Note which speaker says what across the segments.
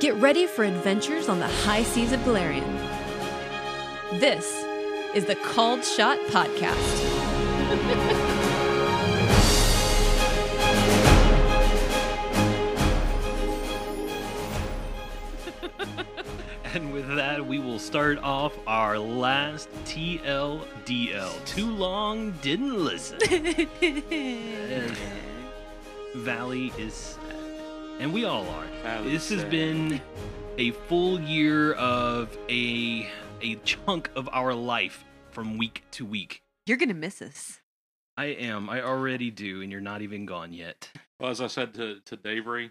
Speaker 1: Get ready for adventures on the high seas of Galarian. This is the Called Shot Podcast.
Speaker 2: And with that, we will start off our last TLDL. Too long, didn't listen. And Valley is sad. And we all are.
Speaker 3: Valley's
Speaker 2: this has
Speaker 3: sad.
Speaker 2: been a full year of a a chunk of our life from week to week.
Speaker 4: You're gonna miss us.
Speaker 2: I am. I already do, and you're not even gone yet.
Speaker 3: Well, as I said to to Davery,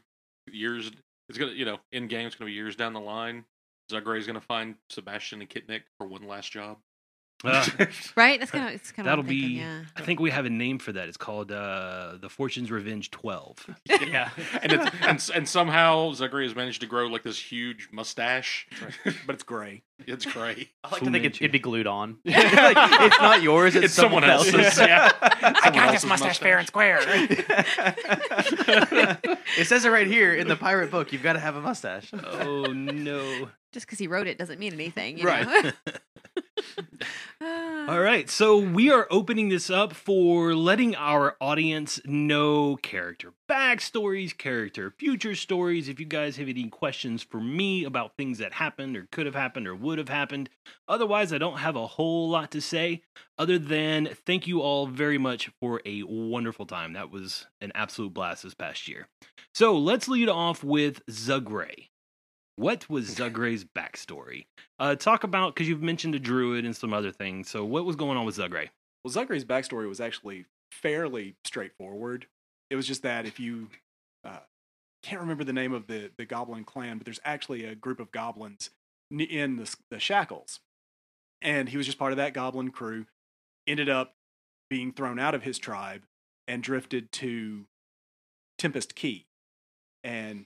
Speaker 3: years it's gonna you know in game it's gonna be years down the line. Zagray's gonna find Sebastian and Kitnick for one last job.
Speaker 2: Ah,
Speaker 4: Right? That's kind of it's kind of
Speaker 2: That'll
Speaker 4: thinking,
Speaker 2: be-
Speaker 4: yeah.
Speaker 2: I think we have a name for that. It's called uh, The Fortune's Revenge 12.
Speaker 3: yeah, and it's, and s- and somehow Zagray has managed to grow like this huge mustache.
Speaker 5: but it's gray.
Speaker 3: It's great.
Speaker 6: I like
Speaker 2: Fu
Speaker 6: to think it,
Speaker 2: Manchu.
Speaker 6: it'd be glued on. Like, it's not yours. It's,
Speaker 3: It's someone else's, yeah.
Speaker 6: I
Speaker 3: Someone else's
Speaker 6: square. it says it right here in the pirate book. You've got to have a mustache.
Speaker 2: Oh, no.
Speaker 4: Just because he wrote it doesn't mean anything, you
Speaker 3: Right.
Speaker 4: know. Ah,
Speaker 2: All right, so we are opening this up for letting our audience know character backstories, character future stories. If you guys have any questions for me about things that happened or could have happened or would have happened, otherwise, I don't have a whole lot to say other than thank you all very much for a wonderful time. That was an absolute blast this past year. So let's lead off with Zugray. What was Zugray's backstory? Uh, talk about because you've mentioned a druid and some other things. So what was going on with Zugray?
Speaker 5: Well, Zuckery's backstory was actually fairly straightforward. It was just that if you uh, can't remember the name of the, the goblin clan, but there's actually a group of goblins n- in the, s- the shackles. And he was just part of that goblin crew, ended up being thrown out of his tribe and drifted to Tempest Key. And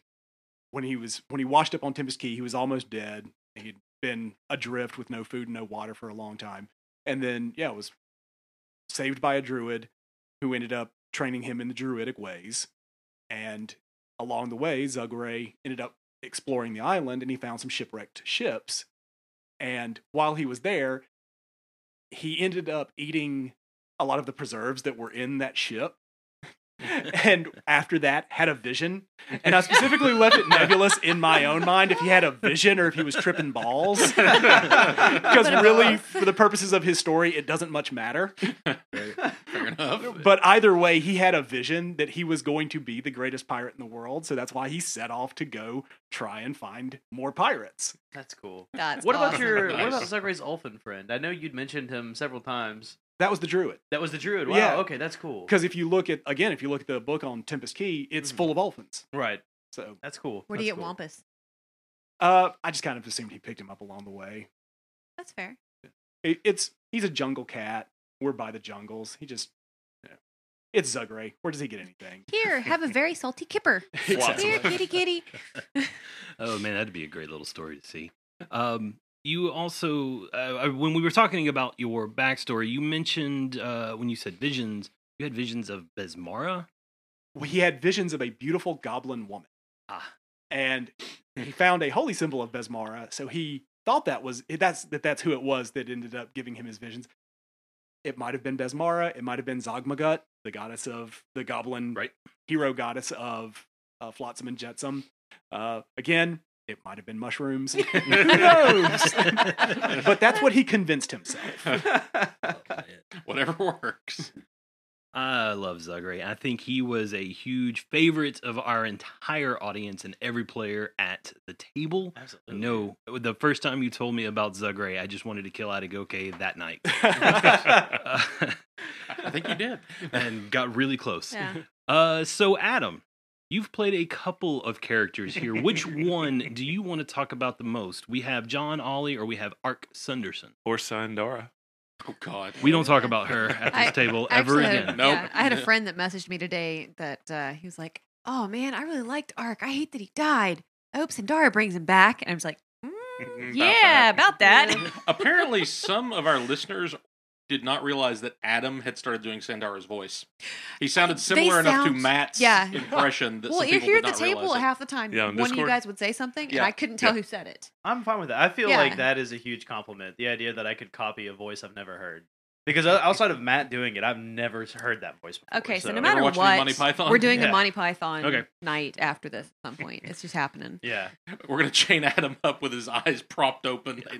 Speaker 5: when he was when he washed up on Tempest Key, he was almost dead. He'd been adrift with no food and no water for a long time. And then, yeah, was saved by a druid who ended up training him in the druidic ways. And along the way, Zugray ended up exploring the island and he found some shipwrecked ships. And while he was there, he ended up eating a lot of the preserves that were in that ship. and after that, had a vision. And I specifically left it nebulous in my own mind if he had a vision or if he was tripping balls. Because
Speaker 4: But
Speaker 5: really,
Speaker 4: balls.
Speaker 5: for the purposes of his story, it doesn't much matter.
Speaker 3: Fair enough.
Speaker 5: But either way, he had a vision that he was going to be the greatest pirate in the world. So that's why he set off to go try and find more pirates.
Speaker 6: That's cool.
Speaker 4: That's
Speaker 6: what about
Speaker 4: awesome.
Speaker 6: your What about
Speaker 3: Nice.
Speaker 6: Zagray's Ulfin friend? I know you'd mentioned him several times.
Speaker 5: That was the druid.
Speaker 6: That was the druid. Wow.
Speaker 5: Yeah.
Speaker 6: Okay, that's cool.
Speaker 5: Because if you look at, again, if you look at the book on Tempest Key, it's
Speaker 6: Mhm.
Speaker 5: full of Ulfins.
Speaker 6: Right.
Speaker 5: So
Speaker 6: That's cool.
Speaker 4: Where do
Speaker 6: That's
Speaker 4: you get
Speaker 6: cool.
Speaker 4: wampus?
Speaker 5: uh, I just kind of assumed he picked him up along the way.
Speaker 4: That's fair.
Speaker 5: It, it's He's a jungle cat. We're by the jungles. He just, you know, it's Zugray. Where does he get anything?
Speaker 4: Here, have a very salty kipper. Here, kitty kitty.
Speaker 2: Oh man, that'd be a great little story to see. Um, you also, uh, when we were talking about your backstory, you mentioned uh, when you said visions, you had visions of Besmara.
Speaker 5: he had visions of a beautiful goblin woman.
Speaker 2: Ah.
Speaker 5: And he found a holy symbol of Besmara, so he thought that was eh, that's that that's who it was that ended up giving him his visions. It might have been Besmara, it might have been Zogmagut, the goddess of the goblin
Speaker 2: Right.
Speaker 5: hero goddess of uh, Flotsam and Jetsam. Uh, again, it might have been mushrooms. who knows? but that's what he convinced himself.
Speaker 3: Whatever works.
Speaker 2: I love Zugray. I think he was a huge favorite of our entire audience and every player at the table.
Speaker 6: Absolutely.
Speaker 2: No, the first time you told me about Zugray, I just wanted to kill Atagoke that night.
Speaker 3: I
Speaker 2: Uh,
Speaker 3: think you did.
Speaker 2: and got really close.
Speaker 4: Yeah.
Speaker 2: Uh, so Adam, you've played a couple of characters here. Which one do you want to talk about the most? We have John Ollie, or we have Ark Sunderson.
Speaker 7: Or Sandara.
Speaker 3: Oh God.
Speaker 2: We don't talk about her at this
Speaker 4: I-
Speaker 2: table
Speaker 4: I
Speaker 2: ever
Speaker 4: actually
Speaker 2: again.
Speaker 4: Had,
Speaker 3: Nope.
Speaker 4: yeah, I had a friend that messaged me today that uh, he was like, "Oh man, I really liked Ark. I hate that he died. I hope Sandara brings him back." And I was like, "Mm,
Speaker 3: Mm-hmm, About
Speaker 4: "Yeah,
Speaker 3: that.
Speaker 4: about that."
Speaker 3: Apparently, some of our listeners did not realize that Adam had started doing Sandara's voice. He sounded
Speaker 4: They
Speaker 3: similar enough to
Speaker 4: sound-
Speaker 3: Matt's
Speaker 4: yeah.
Speaker 3: impression that
Speaker 4: Well,
Speaker 3: some
Speaker 4: you're
Speaker 3: people
Speaker 4: here
Speaker 3: did
Speaker 4: at the
Speaker 3: not realize
Speaker 4: table
Speaker 3: it.
Speaker 4: half the time.
Speaker 2: Yeah, on
Speaker 4: one of you
Speaker 2: Discord.
Speaker 4: guys would say something,
Speaker 3: Yeah.
Speaker 4: and I couldn't tell
Speaker 2: Yeah.
Speaker 4: who said it.
Speaker 6: I'm fine with that. I feel
Speaker 4: Yeah.
Speaker 6: like that is a huge compliment. The idea that I could copy a voice I've never heard. Because o- outside of Matt doing it, I've never heard that voice before.
Speaker 4: Okay, so, no
Speaker 6: so-
Speaker 4: matter
Speaker 3: watched
Speaker 4: what,
Speaker 3: any Monty Python?
Speaker 4: we're doing a
Speaker 6: Yeah.
Speaker 4: Monty Python
Speaker 2: Okay.
Speaker 4: night after this at some point. It's just happening.
Speaker 6: Yeah.
Speaker 3: We're gonna chain Adam up with his eyes propped open in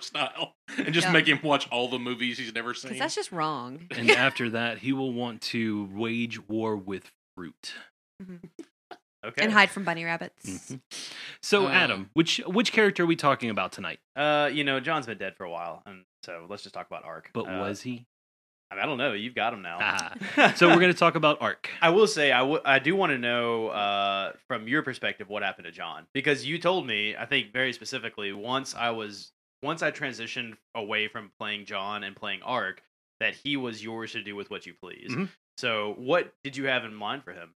Speaker 3: style, and just
Speaker 4: Yeah.
Speaker 3: make him watch all the movies he's never seen.
Speaker 4: Because that's just wrong.
Speaker 2: And after that, he will want to wage war with fruit.
Speaker 6: Okay.
Speaker 4: And hide from bunny rabbits.
Speaker 2: Mhm. So,
Speaker 3: Uh.
Speaker 2: Adam, which which character are we talking about tonight?
Speaker 6: Uh, you know, John's been dead for a while, and so let's just talk about Ark.
Speaker 2: But
Speaker 6: Uh,
Speaker 2: was he?
Speaker 6: I, mean, I don't know. You've got him now.
Speaker 2: Ah. so we're going to talk about Ark.
Speaker 6: I will say I, w- I do want to know uh, from your perspective what happened to John because you told me I think very specifically once I was once I transitioned away from playing John and playing Ark that he was yours to do with what you please.
Speaker 2: Mhm.
Speaker 6: So what did you have in mind for him?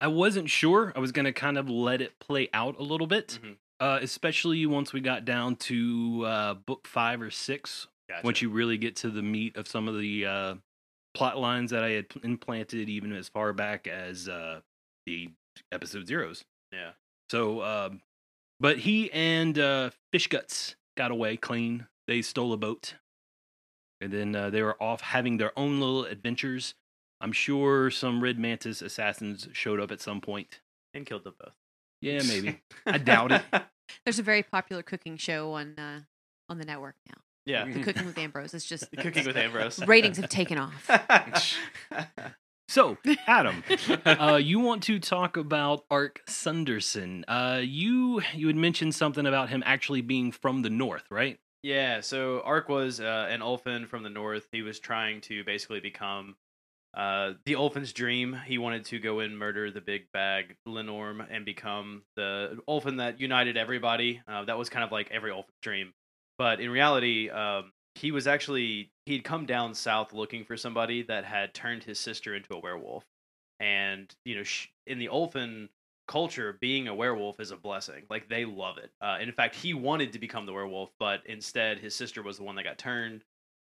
Speaker 2: I wasn't sure. I was going to kind of let it play out a little bit,
Speaker 6: Mhm.
Speaker 2: uh, especially once we got down to uh, book five or six,
Speaker 6: Gotcha.
Speaker 2: once you really get to the meat of some of the uh, plot lines that I had p- implanted, even as far back as uh, the episode zeros.
Speaker 6: Yeah.
Speaker 2: So, um, but he and uh, Fish Guts got away clean. They stole a boat, and then uh, they were off having their own little adventures. I'm sure some Red Mantis assassins showed up at some point.
Speaker 6: and killed them both.
Speaker 2: Yeah, maybe. I doubt it.
Speaker 4: There's a very popular cooking show on uh, on the network now.
Speaker 6: yeah.
Speaker 3: Mm-hmm.
Speaker 4: The Cooking with Ambrose. It's just
Speaker 6: Cooking with Ambrose.
Speaker 4: ratings have taken off.
Speaker 2: So, Adam, uh, you want to talk about Ark Sunderson? Uh, you you had mentioned something about him actually being from the north, right?
Speaker 6: Yeah, so Ark was uh, an Ulfin from the north. He was trying to basically become uh, the Ulfin's dream. He wanted to go and murder the big bag Lenorm and become the Ulfin that united everybody. Uh, that was kind of like every Ulfin's dream. But in reality, um, he was actually, he'd come down south looking for somebody that had turned his sister into a werewolf. And, you know, sh- in the Ulfin culture, being a werewolf is a blessing. Like they love it. Uh, and in fact, he wanted to become the werewolf, but instead his sister was the one that got turned.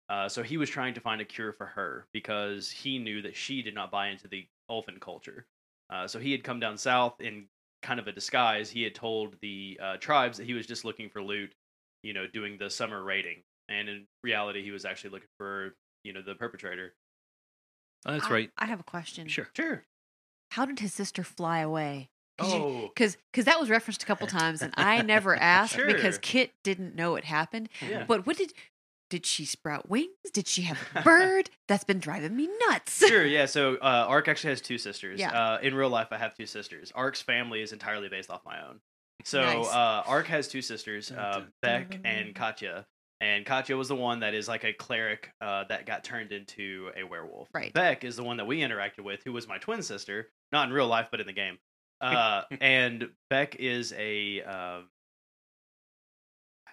Speaker 6: Uh, so he was trying to find a cure for her because he knew that she did not buy into the Ulfin culture. Uh, so he had come down south in kind of a disguise. He had told the uh, tribes that he was just looking for loot, you know, doing the summer raiding. And in reality, he was actually looking for, you know, the perpetrator.
Speaker 2: Oh, that's
Speaker 4: I-
Speaker 2: right.
Speaker 4: I have a question.
Speaker 2: Sure.
Speaker 6: Sure.
Speaker 4: How did his sister fly away?
Speaker 6: Oh,
Speaker 4: Because that was referenced a couple times, and I never asked because
Speaker 6: Sure.
Speaker 4: Kit didn't know it happened.
Speaker 6: yeah.
Speaker 4: But what did did she sprout wings? Did she have a bird? That's been driving me nuts.
Speaker 6: sure, yeah. So uh, Ark actually has two sisters.
Speaker 4: Yeah.
Speaker 6: Uh, in real life, I have two sisters. Ark's family is entirely based off my own. So
Speaker 4: Nice.
Speaker 6: uh, Ark has two sisters,
Speaker 2: Dun,
Speaker 6: uh,
Speaker 2: dun,
Speaker 6: Beck
Speaker 2: dun.
Speaker 6: and Katya. And Katya was the one that is like a cleric uh, that got turned into a werewolf.
Speaker 4: Right.
Speaker 6: Beck is the one that we interacted with, who was my twin sister, not in real life, but in the game. Uh, and Beck is a. Uh,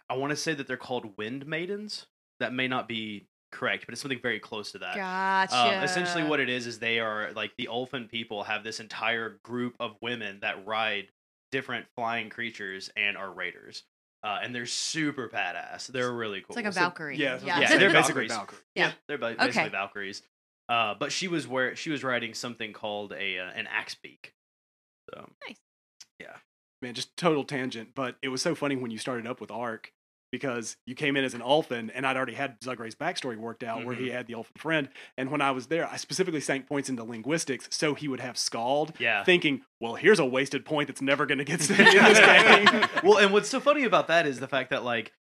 Speaker 6: I want to say that they're called wind maidens. That may not be correct, but it's something very close to that.
Speaker 4: Gotcha.
Speaker 6: Um, essentially, what it is is they are like the Ulfin people have this entire group of women that ride different flying creatures and are raiders, uh, and they're super badass. They're really cool.
Speaker 4: it's like a
Speaker 6: So-
Speaker 4: Valkyrie.
Speaker 5: Yeah,
Speaker 6: Yeah.
Speaker 5: yeah,
Speaker 6: they're
Speaker 5: they're basically
Speaker 6: Valkyries.
Speaker 5: Valkyries.
Speaker 4: Yeah.
Speaker 6: they're ba- basically
Speaker 4: Okay.
Speaker 6: Valkyries. Uh, but she was where she was riding something called a uh, an axe beak. So,
Speaker 5: Man, just total tangent, but it was so funny when you started up with Ark because you came in as an Ulfin, and I'd already had Zugray's backstory worked out where he
Speaker 6: Mm-hmm.
Speaker 5: had the Ulfin friend. And when I was there, I specifically sank points into linguistics so he would have Scald,
Speaker 6: yeah.
Speaker 5: thinking, well, here's a wasted point that's never going to get in this game.
Speaker 6: well, and what's so funny about that is the fact that like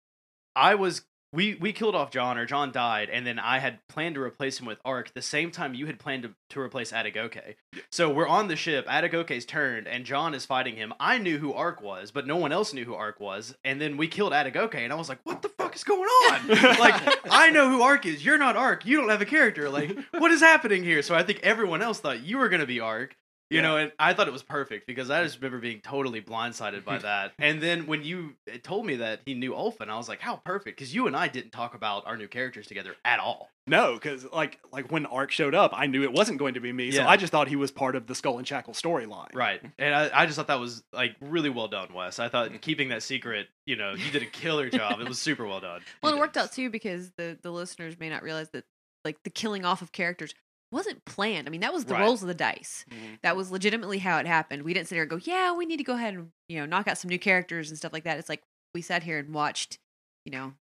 Speaker 6: I was we we killed off John or John died, and then I had planned to replace him with Ark the same time you had planned to, to replace Atagoke. So we're on the ship, Atagoke's turned, and John is fighting him. I knew who Ark was, but no one else knew who Ark was, and then we killed Atagoke, and I was like, what the fuck is going on? like, I know who Ark is, you're not Ark, you don't have a character. Like, what is happening here? So I think everyone else thought you were gonna be Ark. You
Speaker 5: Yeah.
Speaker 6: know, and I thought it was perfect because I just remember being totally blindsided by that. and then when you uh, told me that he knew Ulfin, I was like, how perfect. Because you and I didn't talk about our new characters together at all.
Speaker 5: No, because like like when Ark showed up, I knew it wasn't going to be me, so
Speaker 6: Yeah.
Speaker 5: I just thought he was part of the Skull and Shackle storyline.
Speaker 6: Right. And I, I just thought that was like really well done, Wes. I
Speaker 5: Mm.
Speaker 6: thought keeping that secret, you know, you did a killer job. It was super well done.
Speaker 4: Well, it worked out too because the the listeners may not realize that like the killing off of characters wasn't planned. I mean, that was the
Speaker 6: Right.
Speaker 4: rolls of the dice.
Speaker 3: Mhm.
Speaker 4: That was legitimately how it happened. We didn't sit here and go, "Yeah, we need to go ahead and you know knock out some new characters and stuff like that." It's like we sat here and watched, you know,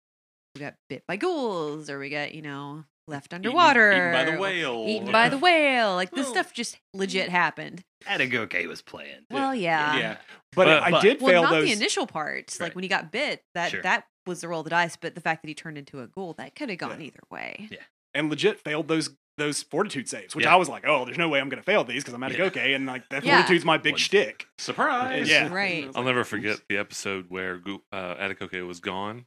Speaker 4: we got bit by ghouls or we got you know left
Speaker 3: E-, Eaten-
Speaker 4: underwater,
Speaker 3: eaten by the
Speaker 4: or
Speaker 3: whale,
Speaker 4: eaten by the whale. Like this
Speaker 2: Well-
Speaker 4: stuff just legit happened.
Speaker 2: Atagoke was playing.
Speaker 4: Well, yeah,
Speaker 3: yeah.
Speaker 5: But,
Speaker 2: But-
Speaker 5: I
Speaker 2: but-
Speaker 5: did
Speaker 4: Well,
Speaker 5: fail
Speaker 4: not
Speaker 5: those.
Speaker 4: the initial parts. Like
Speaker 2: Right.
Speaker 4: when he got bit, that
Speaker 2: Sure.
Speaker 4: that was the roll of the dice. But the fact that he turned into a ghoul, that could have gone either way.
Speaker 5: and legit failed those those fortitude saves, which
Speaker 2: Yeah.
Speaker 5: I was like, oh, there's no way I'm going to fail these because I'm
Speaker 2: Yeah.
Speaker 5: Atagoke, and like that
Speaker 4: Yeah.
Speaker 5: fortitude's my big
Speaker 2: One-
Speaker 5: shtick.
Speaker 3: Surprise!
Speaker 5: Yeah.
Speaker 4: Right.
Speaker 5: And I was
Speaker 7: I'll
Speaker 5: like,
Speaker 7: never
Speaker 5: oops.
Speaker 7: forget the episode where Gu- uh, Atacoke was gone,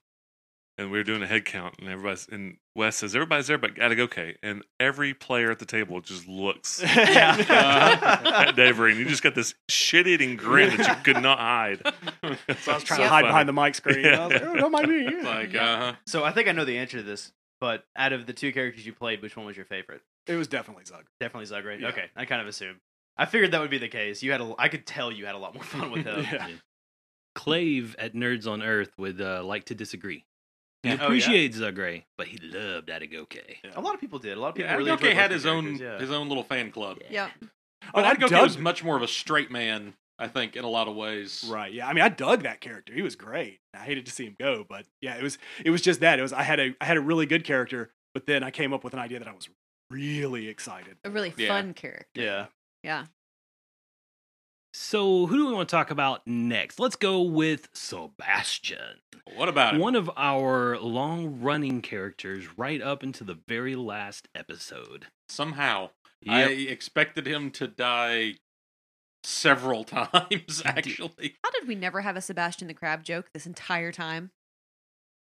Speaker 7: and we were doing a head count, and everybody's and Wes says everybody's there but Atacoke, and every player at the table just looks
Speaker 5: Uh-huh.
Speaker 7: at Davery, and you just got this shit-eating grin that you could not hide.
Speaker 5: so I was trying to hide behind the mic screen. and I was like, oh, don't mind me.
Speaker 3: Like,
Speaker 6: Yeah.
Speaker 3: uh huh.
Speaker 6: So I think I know the answer to this, but out of the two characters you played, which one was your favorite?
Speaker 5: It was definitely Zug.
Speaker 6: Definitely Zugrate.
Speaker 5: Yeah.
Speaker 6: Okay, I kind of assumed. I figured that would be the case. You had a, I could tell you had a lot more fun with him.
Speaker 5: Yeah.
Speaker 2: Clave at Nerds on Earth would uh, like to disagree. He
Speaker 6: Yeah. Oh, yeah.
Speaker 2: appreciates Zugray, but he loved Atagoke.
Speaker 6: A lot of people did. A lot of people
Speaker 3: Yeah,
Speaker 6: really
Speaker 3: Atagoke
Speaker 6: enjoyed
Speaker 3: had
Speaker 6: both
Speaker 3: his
Speaker 6: the
Speaker 3: own
Speaker 6: characters, yeah.
Speaker 3: his own little fan club.
Speaker 4: Yeah.
Speaker 5: Oh,
Speaker 3: But
Speaker 5: I
Speaker 3: Atagoke was
Speaker 5: dug.
Speaker 3: much more of a straight man, I think, in a lot of ways.
Speaker 5: Right. Yeah. I mean, I dug that character. He was great. I hated to see him go, but yeah, it was it was just that. It was I had a I had a really good character, but then I came up with an idea that I was really excited.
Speaker 4: a really
Speaker 3: Yeah.
Speaker 4: fun character.
Speaker 6: Yeah.
Speaker 4: Yeah.
Speaker 2: So, who do we want to talk about next? Let's go with Sebastian,
Speaker 3: What about it?
Speaker 2: one of our long running characters right up into the very last episode.
Speaker 3: Somehow, I
Speaker 2: Yep.
Speaker 3: expected him to die several times, actually,
Speaker 4: How did we never have a Sebastian the Crab joke this entire time?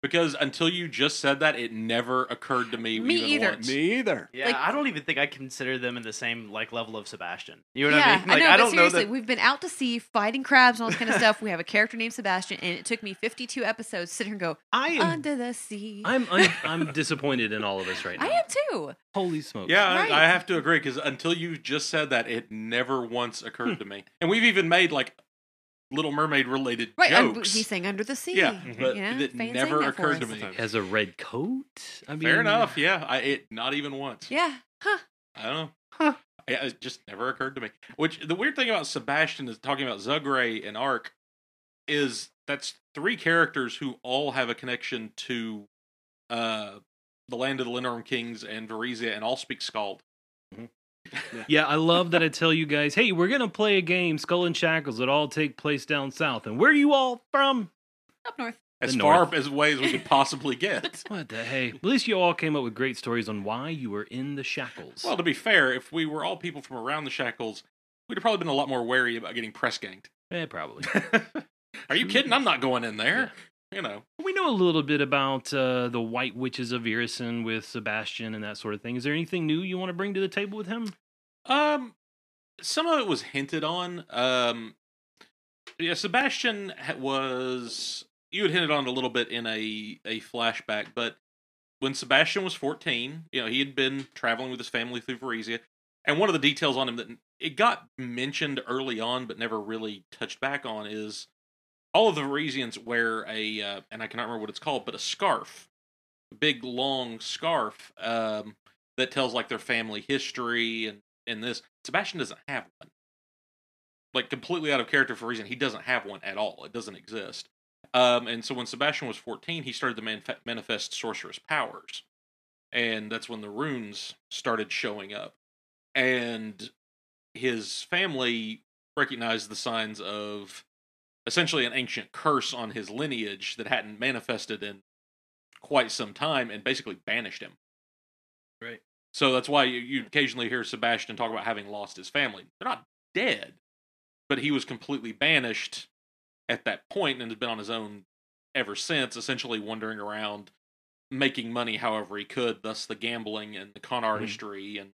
Speaker 3: because until you just said that, it never occurred to me.
Speaker 4: Me
Speaker 3: even
Speaker 4: either.
Speaker 3: Once.
Speaker 5: Me either.
Speaker 6: Yeah,
Speaker 4: Like-
Speaker 6: I don't even think I consider them in the same like level of Sebastian. You know
Speaker 4: yeah,
Speaker 6: what I mean? Like
Speaker 4: know, but
Speaker 6: don't
Speaker 4: seriously,
Speaker 6: know that
Speaker 4: we've been out to sea fighting crabs and all this kind of stuff. We have a character named Sebastian, and it took me 52 episodes to sit here and go,
Speaker 2: I am,
Speaker 4: under the sea.
Speaker 2: I'm, un- I'm disappointed in all of us right now.
Speaker 4: I am too.
Speaker 2: Holy smokes!
Speaker 3: Yeah, I-
Speaker 4: Right.
Speaker 3: I have to agree because until you just said that, it never once
Speaker 4: Hmm.
Speaker 3: occurred to me. And we've even made like Little Mermaid related
Speaker 4: Right. I'm-
Speaker 3: jokes.
Speaker 4: he's saying under the sea.
Speaker 3: yeah, but
Speaker 4: Yeah,
Speaker 3: that
Speaker 4: Fan sang
Speaker 3: never
Speaker 4: that for
Speaker 3: occurred to
Speaker 4: us.
Speaker 3: me.
Speaker 2: Has a red coat. I mean,
Speaker 3: Fair enough. Yeah, I it not even once.
Speaker 4: Yeah. Huh.
Speaker 3: I don't know. Yeah, it just never occurred to me. Which the weird thing about Sebastian is talking about Zugray and Ark is that's three characters who all have a connection to uh the land of the Linarm Kings and Varizia and all speak Scald.
Speaker 2: Yeah, I love that I tell you guys, hey, we're gonna play a game, Skull and Shackles, that all take place down south. And where are you all from?
Speaker 4: Up north.
Speaker 3: As
Speaker 2: The
Speaker 3: far
Speaker 2: North.
Speaker 3: as way as we could possibly get.
Speaker 2: What the hey? At least you all came up with great stories on why you were in the shackles.
Speaker 3: well, to be fair, if we were all people from around the Shackles, we'd have probably been a lot more wary about getting press ganked.
Speaker 2: eh, probably.
Speaker 3: Are you
Speaker 2: Hmm.
Speaker 3: kidding? I'm not going in there. You know.
Speaker 2: we know a little bit about uh, the White Witches of Irison with Sebastian and that sort of thing. Is there anything new you want to bring to the table with him?
Speaker 3: Um, some of it was hinted on. Um, yeah, Sebastian ha- was you had hinted on it a little bit in a a flashback, but when Sebastian was fourteen, you know he had been traveling with his family through Varizia, and one of the details on him that it got mentioned early on, but never really touched back on is all of the Varisians wear a uh, and I cannot remember what it's called, but a scarf, a big long scarf um, that tells like their family history and in this. Sebastian doesn't have one. Like completely out of character for a reason. He doesn't have one at all. It doesn't exist. Um, and so when Sebastian was 14, he started to manif- manifest sorcerous powers. And that's when the runes started showing up. And his family recognized the signs of essentially an ancient curse on his lineage that hadn't manifested in quite some time and basically banished him. So that's why you, you occasionally hear Sebastian talk about having lost his family. They're not dead, but he was completely banished at that point and has been on his own ever since, essentially wandering around making money
Speaker 2: Mm-hmm.
Speaker 3: however he could, thus the gambling and the con artistry and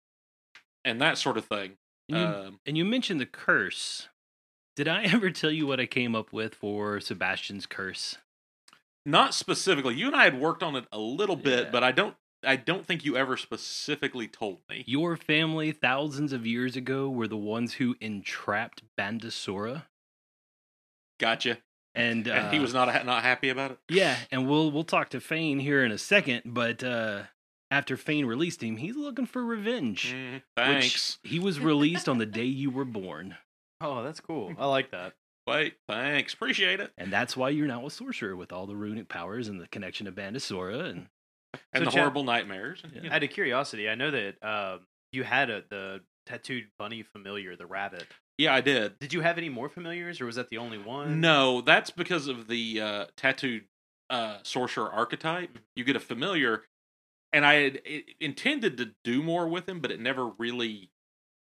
Speaker 3: and that sort of thing.
Speaker 2: And you,
Speaker 3: Um,
Speaker 2: and you mentioned the curse. Did I ever tell you what I came up with for Sebastian's curse?
Speaker 3: not specifically. You and I had worked on it a little bit,
Speaker 6: Yeah.
Speaker 3: but I don't. I don't think you ever specifically told me.
Speaker 2: Your family, thousands of years ago, were the ones who entrapped Bandasura,
Speaker 3: Gotcha.
Speaker 2: and, uh,
Speaker 3: and he was not not happy about it.
Speaker 2: Yeah, and we'll we'll talk to Fane here in a second, but uh after Fane released him, he's looking for revenge.
Speaker 3: Mm,
Speaker 2: which
Speaker 3: thanks.
Speaker 2: he was released on the day you were born,
Speaker 6: Oh, that's cool. I like that.
Speaker 3: Wait. Thanks. Appreciate it.
Speaker 2: and that's why you're now a sorcerer with all the runic powers and the connection to Bandasura. And
Speaker 3: And
Speaker 6: So,
Speaker 3: the
Speaker 6: Chad-
Speaker 3: horrible nightmares. and, you
Speaker 2: Yeah.
Speaker 3: know.
Speaker 6: Out of curiosity, I know that um, you had a, the tattooed bunny familiar, the rabbit.
Speaker 3: yeah, I did.
Speaker 6: Did you have any more familiars, or was that the only one?
Speaker 3: No, that's because of the uh, tattooed uh, sorcerer archetype. You get a familiar, and I had i intended to do more with him, but it never really,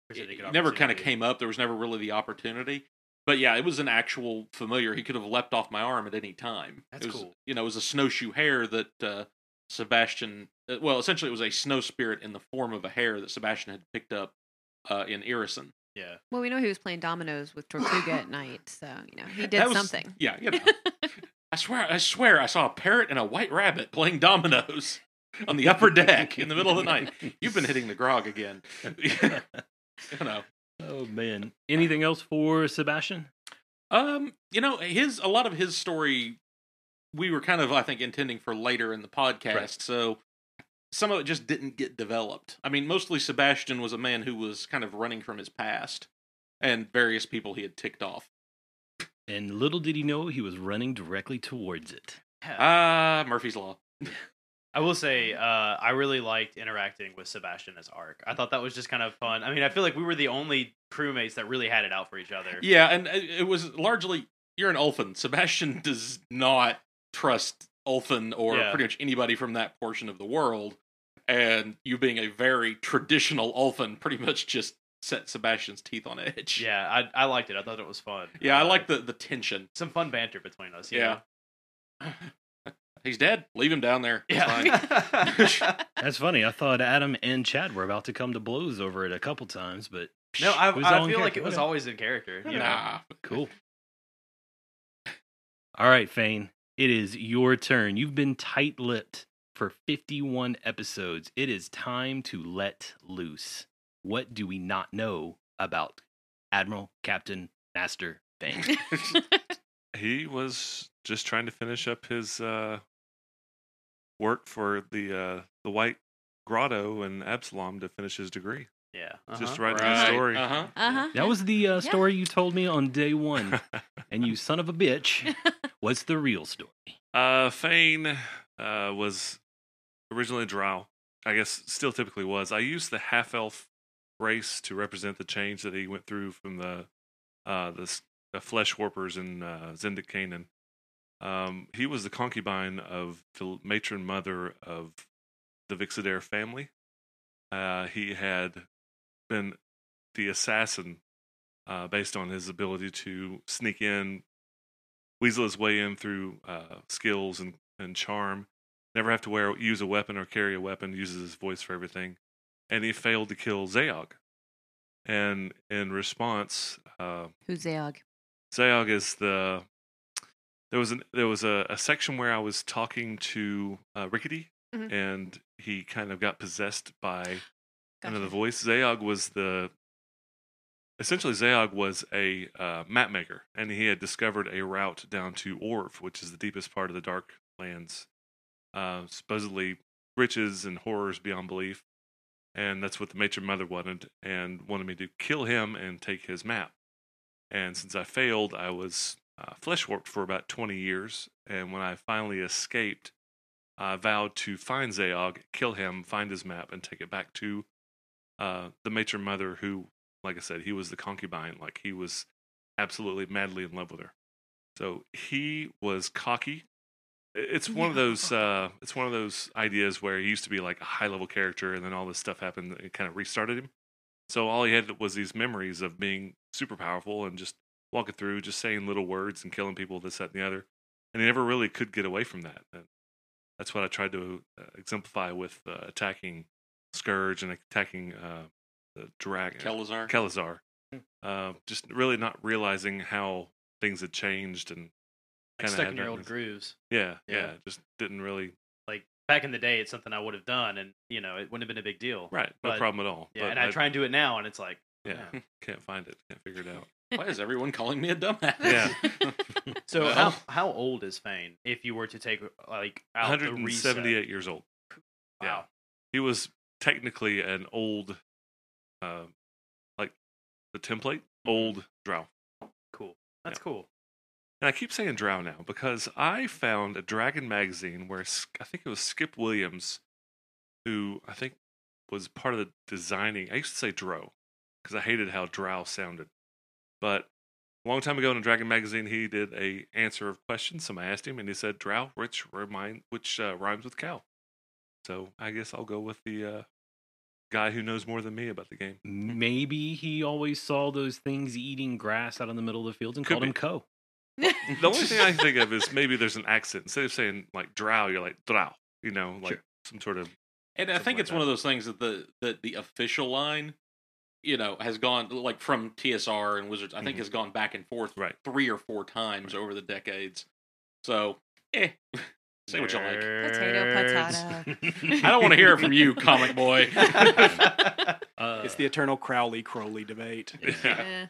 Speaker 6: Appreciate
Speaker 3: it
Speaker 6: the good
Speaker 3: never kind of
Speaker 6: opportunity.
Speaker 3: came up. There was never really the opportunity. But yeah, it was an actual familiar. He could have leapt off my arm at any time.
Speaker 6: That's
Speaker 3: it was,
Speaker 6: cool.
Speaker 3: You know, it was a snowshoe hare that uh, Sebastian. uh, Well, essentially, it was a snow spirit in the form of a hare that Sebastian had picked up uh, in Irison.
Speaker 6: Yeah.
Speaker 4: Well, we know he was playing dominoes with Tortuga at night, so you know he did
Speaker 3: That was-
Speaker 4: something.
Speaker 3: Yeah, you know. I swear, I swear, I saw a parrot and a white rabbit playing dominoes on the upper deck in the middle of the night. You've been hitting the grog again. you know,
Speaker 2: oh man, anything else for Sebastian?
Speaker 3: um, you know, his a lot of his story we were kind of, I think, intending for later in the podcast.
Speaker 2: Right.
Speaker 3: So some of it just didn't get developed. I mean, mostly Sebastian was a man who was kind of running from his past and various people he had ticked off.
Speaker 2: And little did he know he was running directly towards it.
Speaker 6: Yeah.
Speaker 3: Ah, Murphy's Law.
Speaker 6: I will say, uh, I really liked interacting with Sebastian as Ark. I thought that was just kind of fun. I mean, I feel like we were the only crewmates that really had it out for each other.
Speaker 3: Yeah, and uh, it it was largely you're an Ulfin. Sebastian does not trust Ulfin or
Speaker 6: Yeah.
Speaker 3: pretty much anybody from that portion of the world. And you being a very traditional Ulfin pretty much just set Sebastian's teeth on edge.
Speaker 6: Yeah, I, I liked it. I thought it was fun.
Speaker 3: Yeah, I
Speaker 6: Uh,
Speaker 3: like the, the tension.
Speaker 6: some fun banter between us. you
Speaker 3: Yeah. He's dead. Leave him down there. It's
Speaker 6: know?
Speaker 3: fine.
Speaker 6: Yeah.
Speaker 2: That's funny. I thought Adam and Chad were about to come to blows over it a couple times, but
Speaker 6: no, I,
Speaker 2: It was
Speaker 6: I
Speaker 2: all in
Speaker 6: feel like
Speaker 2: character.
Speaker 6: it was
Speaker 2: Okay.
Speaker 6: always in character. You know?
Speaker 3: Nah.
Speaker 2: Cool. All right, Fane. It is your turn. You've been tight lipped for 51 episodes. It is time to let loose. What do we not know about Admiral, Captain, Master Fane?
Speaker 7: He was just trying to finish up his uh, work for the uh, the White Grotto and Absalom to finish his degree.
Speaker 6: Yeah.
Speaker 7: Just
Speaker 6: uh-huh.
Speaker 7: writing his story.
Speaker 3: Uh-huh.
Speaker 4: Uh huh.
Speaker 2: That was the uh, story you told me on day one. and you son of a bitch, what's the real story?
Speaker 7: Uh, Fane uh, was originally a drow. I guess still typically was. I used the half elf race to represent the change that he went through from the uh, the, s- the flesh warpers in uh, Zendik Canaan. Um, he was the concubine of the matron mother of the Vixidare family. Uh, he had been the assassin uh, based on his ability to sneak in weasel his way in through uh, skills and, and charm. Never have to wear use a weapon or carry a weapon. Uses his voice for everything, and he failed to kill Zayog. And in response, uh,
Speaker 4: Who's Zeog?
Speaker 7: Zayog is the there was an there was a, a section where I was talking to uh, Rickety,
Speaker 4: Mhm.
Speaker 7: and he kind of got possessed by another
Speaker 4: Gotcha.
Speaker 7: voice. Zayog was the essentially Zayog was a uh, map maker, and he had discovered a route down to Orv, which is the deepest part of the Dark Lands, uh, supposedly riches and horrors beyond belief, and that's what the matron mother wanted, and wanted me to kill him and take his map. And since I failed, I was uh, flesh warped for about twenty years, and when I finally escaped. I uh, vowed to find Zayog, kill him, find his map, and take it back to uh, the matron mother who like i said he was the concubine like he was absolutely madly in love with her so he was cocky I- it's one of those uh, it's one of those ideas where he used to be like a high level character and then all this stuff happened and it kind of restarted him so all he had was these memories of being super powerful and just walking through just saying little words and killing people this that and the other and he never really could get away from that and that's what i tried to uh, exemplify with uh, attacking scourge and attacking uh, the dragon
Speaker 3: Kelazar.
Speaker 7: Kelazar.
Speaker 6: Hmm.
Speaker 7: Uh, just really not realizing how things had changed and
Speaker 6: Like
Speaker 7: kinda
Speaker 6: stuck
Speaker 7: had
Speaker 6: in your
Speaker 7: that
Speaker 6: old
Speaker 7: mis-
Speaker 6: grooves.
Speaker 7: Yeah, yeah,
Speaker 6: Yeah.
Speaker 7: Just didn't really
Speaker 6: Like back in the day, it's something I would have done, and you know, it wouldn't have been a big deal.
Speaker 7: right. No
Speaker 6: But-
Speaker 7: problem at all.
Speaker 6: Yeah,
Speaker 7: but
Speaker 6: and I, try and do it now, and it's like,
Speaker 7: Yeah, can't find it. Can't figure it out.
Speaker 3: Why is everyone calling me a dumbass?
Speaker 7: Yeah.
Speaker 6: So
Speaker 3: Well-
Speaker 6: how how old is Fane? If you were to take like out the reset?
Speaker 7: 178 years old.
Speaker 6: Wow.
Speaker 7: He was technically an old, uh, like the template, old drow.
Speaker 6: Mm-hmm. cool. That's
Speaker 7: Yeah.
Speaker 6: cool.
Speaker 7: And I keep saying drow now because I found a Dragon magazine where S- I think it was Skip Williams, who I think was part of the designing. I used to say dro because I hated how drow sounded. But a long time ago in a Dragon magazine, he did a answer of questions. Somebody asked him, and he said drow, which remind which uh, rhymes with cow. So I guess I'll go with the uh, guy who knows more than me about the game.
Speaker 2: Maybe he always saw those things eating grass out in the middle of the fields and
Speaker 7: Could
Speaker 2: called
Speaker 7: be.
Speaker 2: him Co.
Speaker 7: The only thing I can think of is maybe there's an accent. Instead of saying like drow, you're like drow, you know, like
Speaker 2: Sure.
Speaker 7: some sort of
Speaker 3: And I
Speaker 7: Something
Speaker 3: think
Speaker 7: like
Speaker 3: it's one
Speaker 7: that.
Speaker 3: of those things that the that the official line, you know, has gone like from TSR and Wizards. I think
Speaker 7: Mhm.
Speaker 3: has gone back and forth
Speaker 7: Right.
Speaker 3: three or four times over the decades. So, eh, say what you like.
Speaker 4: Potato,
Speaker 6: Nerds.
Speaker 3: I don't want to hear it from you, comic boy.
Speaker 2: Uh,
Speaker 5: it's the eternal Crowley Crowley debate.
Speaker 7: yeah.
Speaker 4: Eh.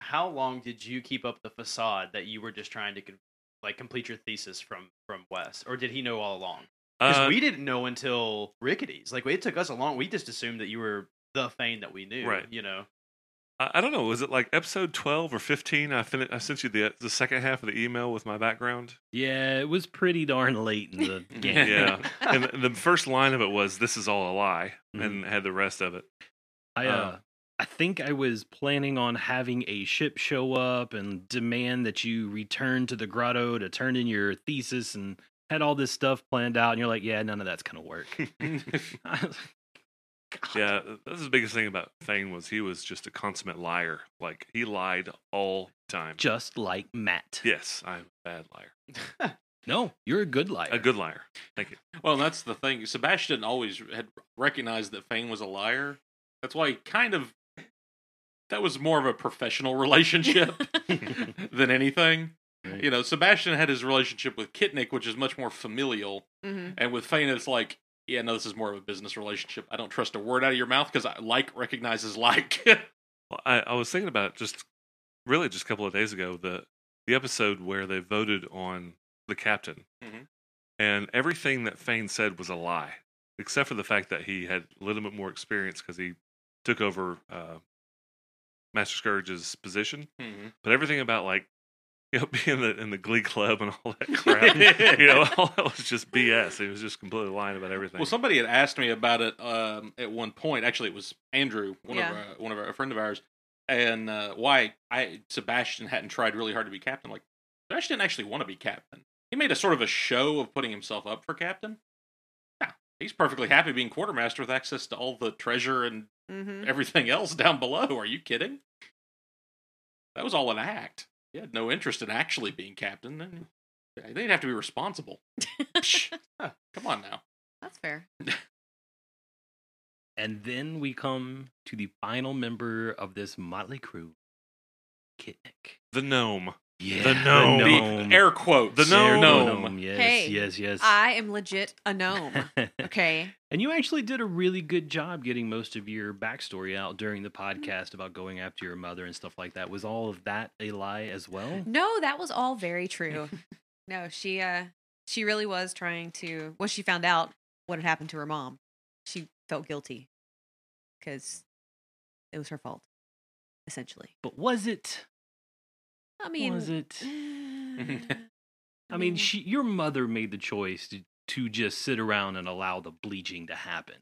Speaker 6: How long did you keep up the facade that you were just trying to con- like complete your thesis from from Wes, or did he know all along? Because
Speaker 7: Uh,
Speaker 6: we didn't know until Rickety's. Like it took us a long. We just assumed that you were the Fane that we knew.
Speaker 7: Right.
Speaker 6: You know.
Speaker 7: I, I don't know. Was it like episode twelve or fifteen? I fin- I sent you the uh, the second half of the email with my background,
Speaker 2: yeah, it was pretty darn late in the game.
Speaker 7: Yeah. and the the first line of it was "This is all a lie," and had the rest of it.
Speaker 2: I uh,
Speaker 7: Uh,
Speaker 2: I think I was planning on having a ship show up and demand that you return to the grotto to turn in your thesis and had all this stuff planned out and you're like, yeah, none of that's gonna work. I was like, God.
Speaker 7: Yeah, that's the biggest thing about Thane was he was just a consummate liar. Like he lied all the time.
Speaker 2: Just like Matt.
Speaker 7: yes, I'm a bad liar,
Speaker 2: No, you're a good liar.
Speaker 7: a good liar.
Speaker 3: well, that's the thing. Sebastian always had recognized that Fane was a liar. That's why he kind of that was more of a professional relationship than anything.
Speaker 2: Right.
Speaker 3: You know, Sebastian had his relationship with Kitnick, which is much more familial.
Speaker 4: Mhm.
Speaker 3: And with Fane, it's like, yeah, no, this is more of a business relationship. I don't trust a word out of your mouth because I like recognizes like.
Speaker 7: Well, I, I was thinking about it just really just a couple of days ago the the episode where they voted on the captain,
Speaker 2: Mm-hmm.
Speaker 3: Mhm.
Speaker 7: and everything that Fane said was a lie, except for the fact that he had a little bit more experience because he took over uh, Master Scourge's position. But everything about like you know being in the in the Glee Club and all that crap, you know, all that was just BS. He was just completely lying about everything.
Speaker 3: Well, somebody had asked me about it um, at one point. Actually, it was Andrew, one
Speaker 4: Yeah.
Speaker 3: of our, one of our, a friend of ours, and uh, why I Sebastian hadn't tried really hard to be captain. Like Sebastian didn't actually want to be captain. He made a sort of a show of putting himself up for captain. Yeah, he's perfectly happy being quartermaster with access to all the treasure and
Speaker 4: Mhm.
Speaker 3: everything else down below. Are you kidding? That was all an act. He had no interest in actually being captain. Then They'd have to be responsible. Psh. Come on now.
Speaker 4: That's fair.
Speaker 2: And then we come to the final member of this motley crew, Kitnick.
Speaker 7: the gnome.
Speaker 2: Yeah,
Speaker 7: gnome.
Speaker 2: The
Speaker 7: The
Speaker 2: gnome.
Speaker 3: The air quotes.
Speaker 7: The gnome.
Speaker 2: Gnome, Yes,
Speaker 4: Hey,
Speaker 2: yes, yes.
Speaker 4: I am legit a gnome. Okay.
Speaker 2: and you actually did a really good job getting most of your backstory out during the
Speaker 4: Mm-hmm.
Speaker 2: podcast about going after your mother and stuff like that. Was all of that a lie as well?
Speaker 4: No, that was all very true. No, she uh she really was trying to once she found out what had happened to her mom, she felt guilty cuz it was her fault essentially.
Speaker 2: But was it?
Speaker 4: I mean mm,
Speaker 2: was it?
Speaker 4: I
Speaker 2: I mean, she, your mother made the choice to, to just sit around and allow the bleaching to happen.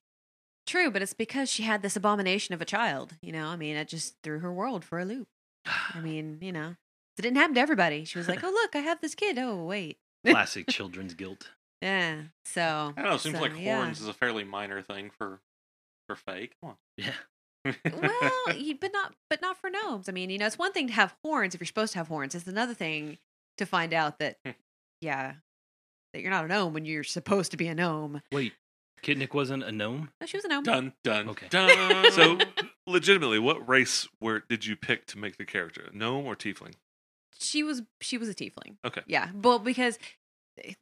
Speaker 4: true, but it's because she had this abomination of a child, you know? I mean, it just threw her world for a loop. I mean, you know, it didn't happen to everybody. She was like, "Oh, look, I have this kid. Oh, wait."
Speaker 2: Classic children's guilt.
Speaker 4: Yeah. So
Speaker 3: I don't know. It seems
Speaker 4: so,
Speaker 3: like
Speaker 4: yeah.
Speaker 3: horns is a fairly minor thing for for fake. Come
Speaker 2: Yeah.
Speaker 3: on.
Speaker 4: well, you- but not but not for gnomes. I mean, you know, it's one thing to have horns if you're supposed to have horns. It's another thing to find out that
Speaker 3: Hmm.
Speaker 4: yeah, that you're not a gnome when you're supposed to be a gnome.
Speaker 2: Wait, Kitnick wasn't a gnome?
Speaker 4: Hmm. No, she was a gnome.
Speaker 3: done, done,
Speaker 2: Okay.
Speaker 3: done.
Speaker 7: So legitimately, what race were did you pick to make the character? Gnome or tiefling?
Speaker 4: she was she was a tiefling.
Speaker 7: Okay.
Speaker 4: Yeah, but because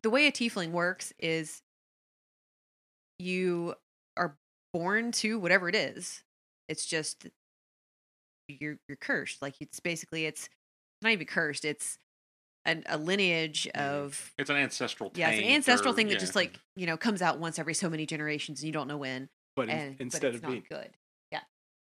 Speaker 4: the way a tiefling works is you are born to whatever it is. It's just you're you're cursed. Like it's basically it's not even cursed. It's an, a lineage of
Speaker 3: It's an ancestral.
Speaker 4: yeah, it's an
Speaker 3: taint
Speaker 4: ancestral
Speaker 3: or-
Speaker 4: thing that
Speaker 3: yeah.
Speaker 4: just like you know comes out once every so many generations, and you don't know when.
Speaker 5: But in-
Speaker 4: And but
Speaker 5: instead
Speaker 4: it's
Speaker 5: of
Speaker 4: not
Speaker 5: being,
Speaker 4: good.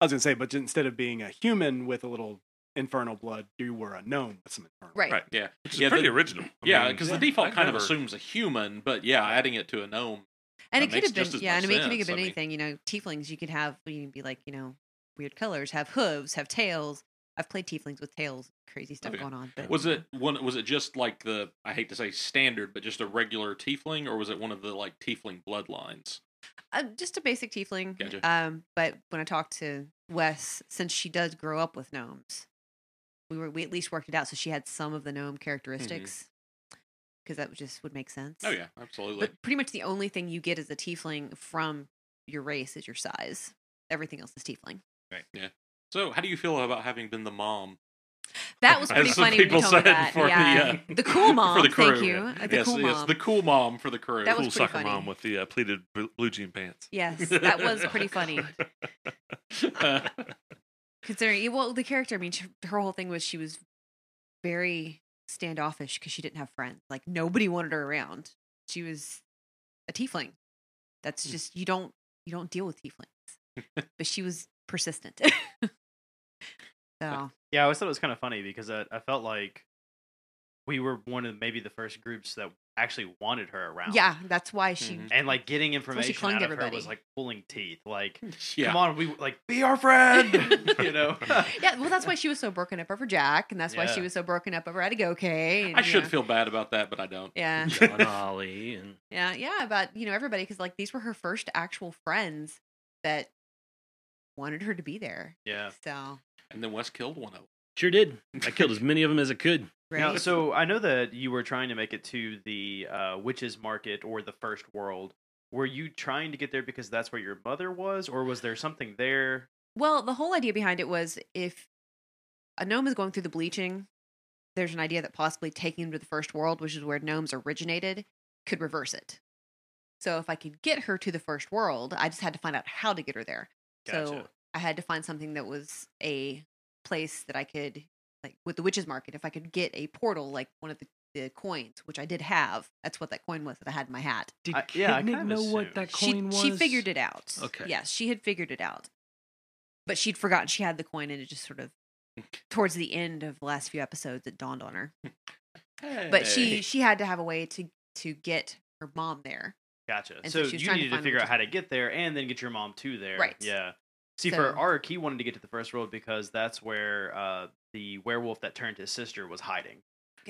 Speaker 5: I was gonna say, but instead of being a human with a little infernal blood, you were a gnome with some infernal.
Speaker 4: Right.
Speaker 7: Right.
Speaker 3: yeah,
Speaker 7: Which is
Speaker 3: Yeah,
Speaker 7: pretty
Speaker 3: the-
Speaker 7: original. I
Speaker 3: yeah,
Speaker 7: mean,
Speaker 3: because the default
Speaker 7: I've
Speaker 3: kind of
Speaker 7: never-
Speaker 3: assumes a human, but yeah, adding it to a gnome.
Speaker 4: And it
Speaker 3: That
Speaker 4: could
Speaker 3: makes
Speaker 4: have been,
Speaker 3: just as
Speaker 4: yeah,
Speaker 3: much
Speaker 4: and I mean, it could
Speaker 3: sense,
Speaker 4: have been
Speaker 3: I mean.
Speaker 4: anything. You know, tieflings, you could have, you can be like, you know, weird colors, have hooves, have tails. I've played tieflings with tails, crazy stuff
Speaker 3: Okay.
Speaker 4: going on. But
Speaker 3: Oh, Was it one? Was it just like the? I hate to say standard, but just a regular tiefling, or was it one of the like tiefling bloodlines?
Speaker 4: uh, just a basic tiefling.
Speaker 3: Gotcha.
Speaker 4: Um, but when I talked to Wes, since she does grow up with gnomes, we were we at least worked it out, so she had some of the gnome characteristics because that would just would make sense.
Speaker 3: Mm-hmm. Oh yeah, absolutely.
Speaker 4: But pretty much the only thing you get as a tiefling from your race is your size. Everything else is tiefling.
Speaker 3: so, how do you feel about having been the mom?
Speaker 4: That was
Speaker 3: As
Speaker 4: pretty
Speaker 3: some
Speaker 4: funny when you
Speaker 3: people
Speaker 4: told me
Speaker 3: said
Speaker 4: that.
Speaker 3: for the,
Speaker 4: yeah.
Speaker 3: uh,
Speaker 4: cool mom.
Speaker 3: for the crew.
Speaker 4: Thank you.
Speaker 3: yeah.
Speaker 4: Uh, The
Speaker 3: yes,
Speaker 4: cool
Speaker 3: yes,
Speaker 4: mom.
Speaker 3: the cool mom for the crew.
Speaker 4: That
Speaker 7: cool
Speaker 4: was pretty
Speaker 7: soccer
Speaker 4: funny.
Speaker 7: mom with the uh, pleated bl- blue jean pants.
Speaker 4: yes, that was pretty funny. Considering, well, the character. I mean, she, her whole thing was she was very standoffish because she didn't have friends. Like nobody wanted her around. She was a tiefling.
Speaker 3: Hmm.
Speaker 4: That's just you don't you don't deal with tieflings. but she was persistent. so
Speaker 6: Yeah, I always thought it was kind of funny because I, I felt like we were one of maybe the first groups that actually wanted her around.
Speaker 4: yeah, that's why she.
Speaker 3: Mhm.
Speaker 6: And like
Speaker 4: why
Speaker 6: getting
Speaker 4: she
Speaker 6: information
Speaker 4: clung
Speaker 6: out
Speaker 4: to
Speaker 6: of her was
Speaker 4: everybody.
Speaker 6: like pulling teeth. Like,
Speaker 3: yeah.
Speaker 6: come on, we like be our friend. you know.
Speaker 4: Yeah, well, that's why she was so broken up over Jack, and that's why she
Speaker 6: Yeah.
Speaker 4: was so broken up over Adigoke. and,
Speaker 3: I
Speaker 4: you
Speaker 3: should
Speaker 4: know.
Speaker 3: feel bad about that, but I don't.
Speaker 4: Yeah.
Speaker 2: John Ollie uh, and
Speaker 4: Yeah, yeah, about you know everybody because like these were her first actual friends that wanted her to be there.
Speaker 6: Yeah.
Speaker 4: So
Speaker 3: And then Wes killed one of them.
Speaker 2: sure did. I killed as many of them as I could.
Speaker 4: right,
Speaker 6: Now, so I know that you were trying to make it to the uh, witches market or the first world. Were you trying to get there because that's where your mother was, or was there something there?
Speaker 4: well, the whole idea behind it was if a gnome is going through the bleaching, there's an idea that possibly taking them to the first world, which is where gnomes originated, could reverse it. So if I could get her to the first world, I just had to find out how to get her there. So
Speaker 6: Gotcha.
Speaker 4: I had to find something that was a place that I could like with the witches market. If I could get a portal, like one of the, the coins, which I did have. That's what that coin was that I had in my hat.
Speaker 2: Did
Speaker 6: I- yeah, I
Speaker 2: Kidnick
Speaker 6: kind of
Speaker 2: know what
Speaker 6: assumed.
Speaker 2: that coin
Speaker 4: she
Speaker 2: was?
Speaker 4: she figured it out.
Speaker 2: Okay.
Speaker 4: Yes, she had figured it out, but she'd forgotten she had the coin, and it just sort of towards the end of the last few episodes it dawned on her. But she she had to have a way to to get her mom there.
Speaker 6: Gotcha.
Speaker 4: And so
Speaker 6: so
Speaker 4: she was
Speaker 6: you
Speaker 4: trying to
Speaker 6: needed to,
Speaker 4: find the
Speaker 6: figure out
Speaker 4: witches
Speaker 6: how to get there and then get your mom to there.
Speaker 4: Right.
Speaker 6: Yeah. See,
Speaker 4: So-
Speaker 6: for Ark, he wanted to get to the first world because that's where uh, the werewolf that turned his sister was hiding.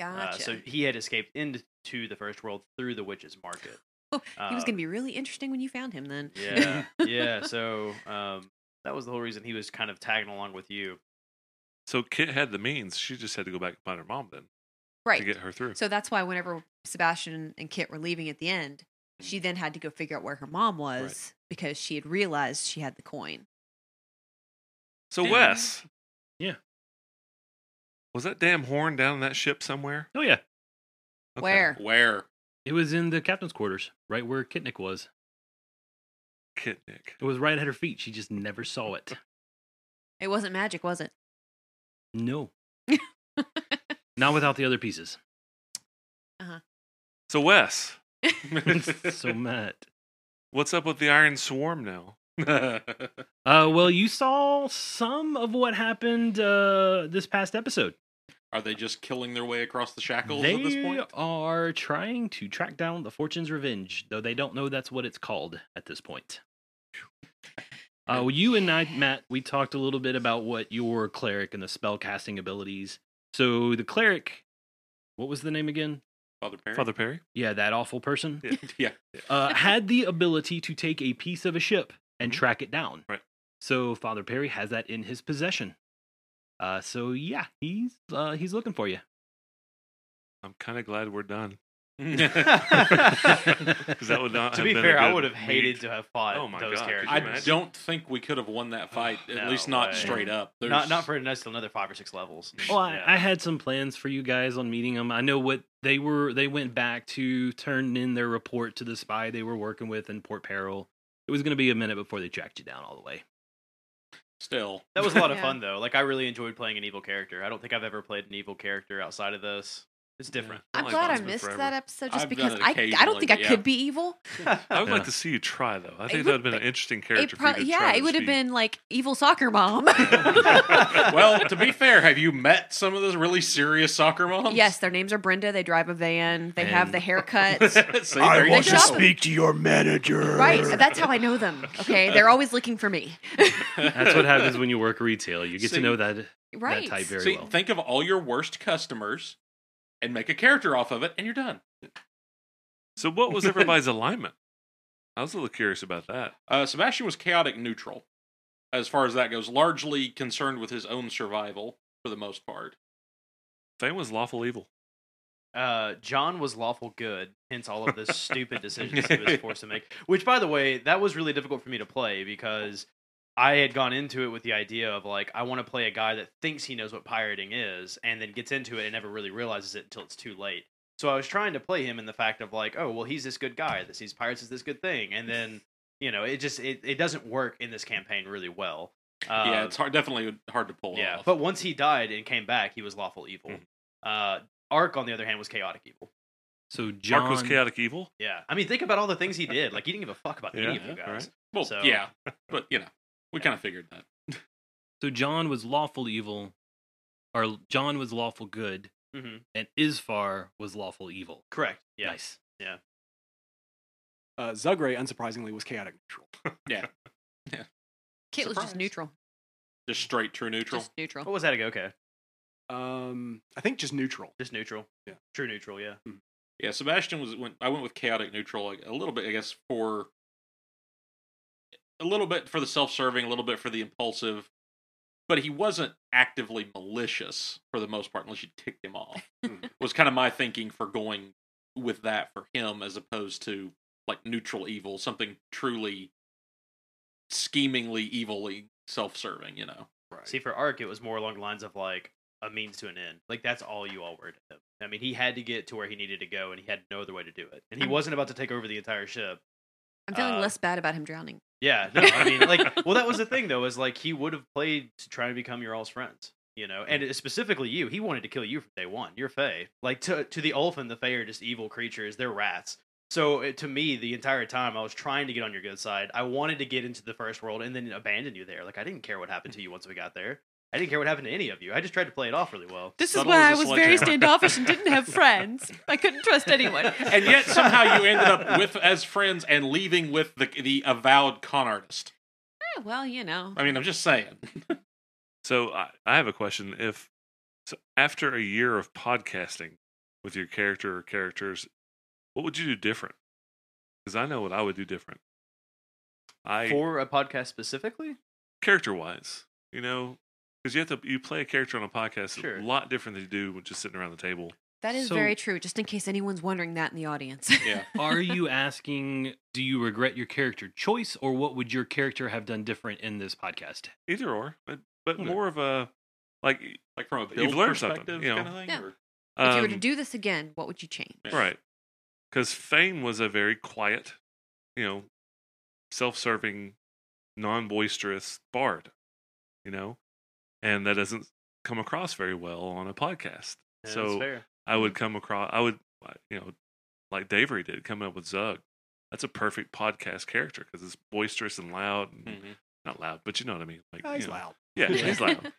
Speaker 6: Uh, so he had escaped into the first world through the witches' market.
Speaker 4: he was
Speaker 6: uh,
Speaker 4: going to be really interesting when you found him then.
Speaker 6: Yeah. yeah. So um, that was the whole reason he was kind of tagging along with you.
Speaker 7: So Kit had the means. She just had to go back and find her mom then to
Speaker 4: right.
Speaker 7: get her through.
Speaker 4: So that's why whenever Sebastian and Kit were leaving at the end, she
Speaker 6: Mm-hmm.
Speaker 4: then had to go figure out where her mom was because she had realized she had the coin.
Speaker 7: So
Speaker 3: Damn.
Speaker 7: Wes.
Speaker 2: Yeah.
Speaker 7: Was that damn horn down in that ship somewhere?
Speaker 2: Oh yeah,
Speaker 7: Okay.
Speaker 4: Where?
Speaker 3: Where?
Speaker 2: it was in the captain's quarters, right where Kitnick was.
Speaker 7: Kitnick.
Speaker 2: It was right at her feet. She just never saw it.
Speaker 4: It wasn't magic, was it?
Speaker 2: No, not without the other pieces.
Speaker 7: So Wes,
Speaker 2: so Matt.
Speaker 7: what's up with the Iron Swarm now?
Speaker 2: Uh, well, you saw some of what happened uh, this past episode.
Speaker 3: Are they just killing their way across the shackles
Speaker 2: They
Speaker 3: at this point?
Speaker 2: are trying to track down the Fortune's Revenge, though they don't know that's what it's called at this point. Uh, well, you and I, Matt, we talked a little bit about what your cleric and the spell casting abilities. So the cleric, what was the name again?
Speaker 3: Father Perry?
Speaker 7: Father Perry?
Speaker 2: Yeah, that awful person
Speaker 3: yeah.
Speaker 2: uh, had the ability to take a piece of a ship and
Speaker 3: Mm-hmm.
Speaker 2: track it down.
Speaker 7: Right.
Speaker 2: So Father Perry has that in his possession. Uh, so yeah, he's uh, he's looking for you.
Speaker 7: I'm kind of glad we're done. Because that would not.
Speaker 6: to
Speaker 7: have
Speaker 6: be
Speaker 7: been a
Speaker 6: fair, I
Speaker 7: good
Speaker 6: would have hated
Speaker 7: meet.
Speaker 6: to have fought
Speaker 7: Oh my
Speaker 6: those
Speaker 7: God, could you
Speaker 6: characters.
Speaker 3: I
Speaker 7: imagine?
Speaker 3: don't think we could have won that fight, at
Speaker 6: No
Speaker 3: least not
Speaker 6: way.
Speaker 3: straight up. There's,
Speaker 6: Not not for next another five or six levels.
Speaker 2: Well, I, I had some plans for you guys on meeting them. I know what they were. They went back to turn in their report to the spy they were working with in Port Peril. It was going to be a minute before they tracked you down all the way.
Speaker 3: still.
Speaker 6: That was a lot of
Speaker 4: Yeah.
Speaker 6: fun though. Like I really enjoyed playing an evil character. I don't think I've ever played an evil character outside of this. It's different.
Speaker 4: I'm
Speaker 3: Oh
Speaker 7: like
Speaker 4: glad I
Speaker 7: Bondsman
Speaker 4: missed
Speaker 7: Forever.
Speaker 4: that episode just
Speaker 3: I've done
Speaker 4: because
Speaker 3: it
Speaker 4: I, I don't
Speaker 3: occasionally,
Speaker 4: think I
Speaker 3: but yeah.
Speaker 4: could be evil.
Speaker 7: I would
Speaker 2: Yeah.
Speaker 7: like to see you try though. I think
Speaker 4: It would
Speaker 7: that would have been an
Speaker 4: be-
Speaker 7: interesting
Speaker 4: It
Speaker 7: character.
Speaker 4: pro-
Speaker 7: for you to
Speaker 4: yeah,
Speaker 7: try
Speaker 4: it
Speaker 7: to
Speaker 4: would have
Speaker 7: see.
Speaker 4: been like evil soccer mom.
Speaker 3: well, to be fair, have you met some of those really serious soccer moms?
Speaker 4: yes, their names are Brenda. They drive a van. They have the
Speaker 2: And-
Speaker 3: See,
Speaker 4: haircuts.
Speaker 3: there you
Speaker 4: want
Speaker 3: go.
Speaker 4: to shop- speak
Speaker 5: to your manager.
Speaker 4: right. That's how I know them. Okay. They're always looking for me.
Speaker 2: That's what happens when you work retail. You get
Speaker 3: See-
Speaker 2: to know that
Speaker 4: Right.
Speaker 2: that type very
Speaker 3: See,
Speaker 2: well.
Speaker 3: think of all your worst customers and make a character off of it, and you're done.
Speaker 7: So what was everybody's alignment? I was a little curious about that.
Speaker 3: Uh, Sebastian was chaotic neutral, as far as that goes, largely concerned with his own survival for the most part.
Speaker 7: Thane was lawful evil.
Speaker 6: uh, John was lawful good, hence all of the stupid decisions he was forced to make. Which, by the way, that was really difficult for me to play because I had gone into it with the idea of like I want to play a guy that thinks he knows what pirating is and then gets into it and never really realizes it until it's too late. So I was trying to play him in the fact of like, oh well, he's this good guy that sees pirates as this good thing, and then you know it just it, it doesn't work in this campaign really well. Uh,
Speaker 3: yeah, it's hard, definitely hard to pull
Speaker 6: yeah,
Speaker 3: off.
Speaker 6: but once he died and came back, he was lawful evil.
Speaker 3: Mm-hmm.
Speaker 7: Mhm.
Speaker 6: Uh, Ark, on the other hand, was chaotic evil.
Speaker 2: So John,
Speaker 7: Mark was chaotic evil.
Speaker 6: Yeah, I mean, think about all the things he did. Like he didn't give a fuck about
Speaker 7: Yeah,
Speaker 6: any of you
Speaker 7: yeah,
Speaker 6: guys.
Speaker 3: well,
Speaker 6: so-
Speaker 3: yeah, but you know, we kind of figured that.
Speaker 2: so John was lawful evil, or John was lawful good,
Speaker 6: hmm
Speaker 2: and Isfar was lawful evil.
Speaker 6: Correct. Yeah.
Speaker 2: Nice.
Speaker 5: Uh, Zugray, unsurprisingly, was chaotic neutral.
Speaker 4: Kate was
Speaker 3: Surprise.
Speaker 4: just neutral.
Speaker 3: Just straight true Oh, neutral.
Speaker 4: Just neutral.
Speaker 6: What was that? Okay,
Speaker 5: Um, I think just neutral.
Speaker 6: just neutral.
Speaker 5: Yeah.
Speaker 6: True neutral. Yeah.
Speaker 3: Yeah, Sebastian was went. I went with chaotic neutral like, a little bit, I guess, for a little bit for the self-serving, a little bit for the impulsive, but he wasn't actively malicious for the most part, unless you ticked him off. was kind of my thinking for going with that for him, as opposed to like neutral evil, something truly schemingly evilly self-serving. You know,
Speaker 5: Right.
Speaker 6: See, for Ark, it was more along the lines of like a means to an end. Like that's all you all were to him. I mean, he had to get to where he needed to go, and he had no other way to do it. And he
Speaker 4: I'm-
Speaker 6: wasn't about to take over the entire ship.
Speaker 4: I'm feeling
Speaker 6: Uh,
Speaker 4: less bad about him drowning.
Speaker 6: Yeah, no, I mean, like, well, that was the thing though, is like he would have played to try and become your all's friends, you know, and it- specifically you. He wanted to kill you from day one. You're Fey. Like to to the Ulfin, the Fey are just evil creatures. They're rats. So it, to me, the entire time I was trying to get on your good side. I wanted to get into the first world and then abandon you there. Like I didn't care what happened to you once we got there. I didn't care what happened to any of you. I just tried to play it off really well.
Speaker 4: This
Speaker 3: Subtle
Speaker 4: is why I
Speaker 3: as a
Speaker 4: was very
Speaker 3: sledgehammer.
Speaker 4: standoffish and didn't have friends. I couldn't trust anyone.
Speaker 3: and yet somehow you ended up with as friends and leaving with the the avowed con artist.
Speaker 4: Eh, well, you know.
Speaker 3: I mean, I'm just saying.
Speaker 7: So I, I have a question. If so after a year of podcasting with your character or characters, what would you do different? Because I know what I would do different. I
Speaker 6: For a podcast specifically,
Speaker 7: character wise, you know, because you have to you play a character on a podcast
Speaker 6: Sure.
Speaker 7: a lot different than you do with just sitting around the table.
Speaker 4: That is
Speaker 2: So-
Speaker 4: very true, just in case anyone's wondering that in the audience.
Speaker 3: Yeah.
Speaker 2: Are you asking? Do you regret your character choice, or what would your character have done different in this podcast?
Speaker 7: Either or, but, but
Speaker 4: Hmm.
Speaker 2: Okay.
Speaker 7: more of a like. e,
Speaker 3: like from a
Speaker 7: You've
Speaker 3: build
Speaker 7: learned something,
Speaker 3: perspective
Speaker 7: you know.
Speaker 3: kind of thing.
Speaker 4: Yeah.
Speaker 3: or-
Speaker 4: if you were to
Speaker 7: um,
Speaker 4: do this again, what would you change?
Speaker 3: Yeah.
Speaker 7: Right. Because Fane was a very quiet, you know, self serving, non boisterous bard, you know, and that doesn't come across very well on a podcast.
Speaker 6: Yeah, that's
Speaker 7: so
Speaker 6: fair.
Speaker 7: I would come across, I would, like, you know, like Davery did, coming up with Zug. That's a perfect podcast character because it's boisterous and loud, and
Speaker 3: Mhm.
Speaker 7: not loud, but you know what I mean. Like,
Speaker 5: Ah, he's
Speaker 7: you know,
Speaker 5: loud.
Speaker 7: Yeah, he's loud.
Speaker 6: I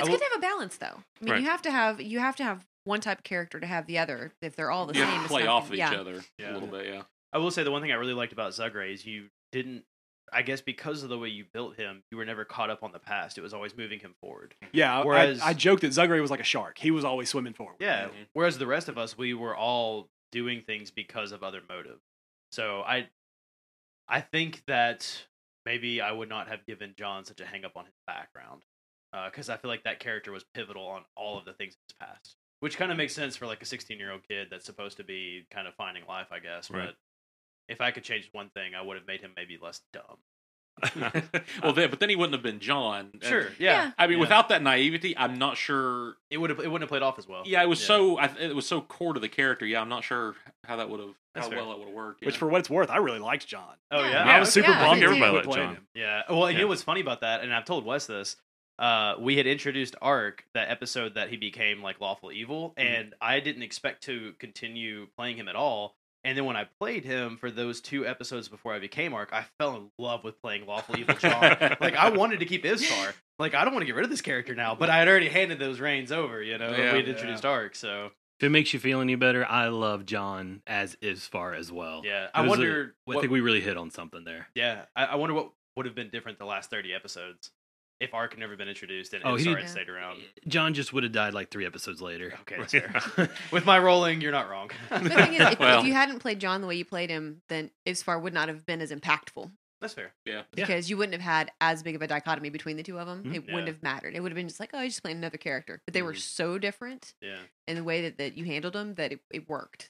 Speaker 4: It's
Speaker 6: will-
Speaker 4: good to have a balance, though. I mean,
Speaker 7: Right.
Speaker 4: you have to have you have to have one type of character to have the other. If they're all the
Speaker 3: You
Speaker 4: same,
Speaker 3: have to
Speaker 4: it's
Speaker 3: play
Speaker 4: not
Speaker 3: off
Speaker 4: gonna-
Speaker 3: of each
Speaker 4: yeah.
Speaker 3: other a
Speaker 6: Yeah.
Speaker 3: little bit, yeah.
Speaker 6: I will say the one thing I really liked about Zugray is you didn't. I guess because of the way you built him, you were never caught up on the past. It was always moving him forward.
Speaker 5: Yeah. I-
Speaker 6: Whereas-
Speaker 5: I, I joked that Zugray was like a shark. He was always swimming forward.
Speaker 6: Yeah.
Speaker 3: Mhm.
Speaker 6: Whereas the rest of us, we were all doing things because of other motive. So I, I think that maybe I would not have given John such a uh, hang up on his background, because I feel like that character was pivotal on all of the things in his past. which kind of makes sense for like a 16 year old kid that's supposed to be kind of finding life, I guess.
Speaker 7: Right.
Speaker 6: But if I could change one thing, I would have made him maybe less dumb.
Speaker 3: well, then, but then he wouldn't have been John. And-
Speaker 6: Sure, yeah.
Speaker 4: Yeah.
Speaker 3: I mean,
Speaker 6: Yeah.
Speaker 3: without that naivety, I'm not sure.
Speaker 6: It would have it wouldn't have played off as well.
Speaker 3: Yeah, it was so. I, it was so core to the character. Yeah, I'm not sure how that would have
Speaker 6: That's
Speaker 3: how
Speaker 6: fair.
Speaker 3: well that would have worked.
Speaker 5: Which,
Speaker 3: yeah.
Speaker 5: for what it's worth, I really liked John.
Speaker 6: Oh
Speaker 4: Yeah.
Speaker 6: yeah.
Speaker 7: Yeah,
Speaker 5: I was super
Speaker 4: yeah,
Speaker 5: bummed
Speaker 4: me too.
Speaker 5: everybody
Speaker 7: Everybody
Speaker 5: quit
Speaker 7: liked
Speaker 5: playing
Speaker 7: John.
Speaker 5: him.
Speaker 6: Yeah. Well, and
Speaker 7: Yeah.
Speaker 6: you know what's funny about that, and I've told Wes this. Uh, we had introduced Ark that episode that he became like lawful evil, and I didn't expect to continue playing him at all. And then when I played him for those two episodes before I became Ark, I fell in love with playing lawful evil John. like I wanted to keep Isfar. Like I don't want to get rid of this character now, but I had already handed those reins over. You know,
Speaker 3: Yeah.
Speaker 6: we had introduced Ark, so
Speaker 2: If it makes you feel any better, I love John as Isfar as well.
Speaker 6: yeah. I
Speaker 2: It was a- I
Speaker 6: wonder. what,
Speaker 2: think we really hit on something there.
Speaker 6: yeah, I, I wonder what would have been different the last thirty episodes if Ark had never been introduced and
Speaker 2: Oh, he
Speaker 6: Isfar
Speaker 2: did-
Speaker 6: had stayed around.
Speaker 2: John just would have died like three episodes later.
Speaker 6: Okay, that's fair. With my rolling, you're not wrong.
Speaker 4: The thing is, if,
Speaker 3: Well.
Speaker 4: if you hadn't played John the way you played him, then Isfar would not have been as impactful
Speaker 6: That's fair.
Speaker 2: Yeah.
Speaker 4: because you wouldn't have had as big of a dichotomy between the two of them.
Speaker 3: Mm-hmm.
Speaker 2: Mhm.
Speaker 4: It wouldn't
Speaker 6: Yeah.
Speaker 4: have mattered. It would have been just like, oh, I just played another character. But they were
Speaker 6: Mhm.
Speaker 4: so different
Speaker 6: Yeah.
Speaker 4: in the way that, that you handled them that it, it worked.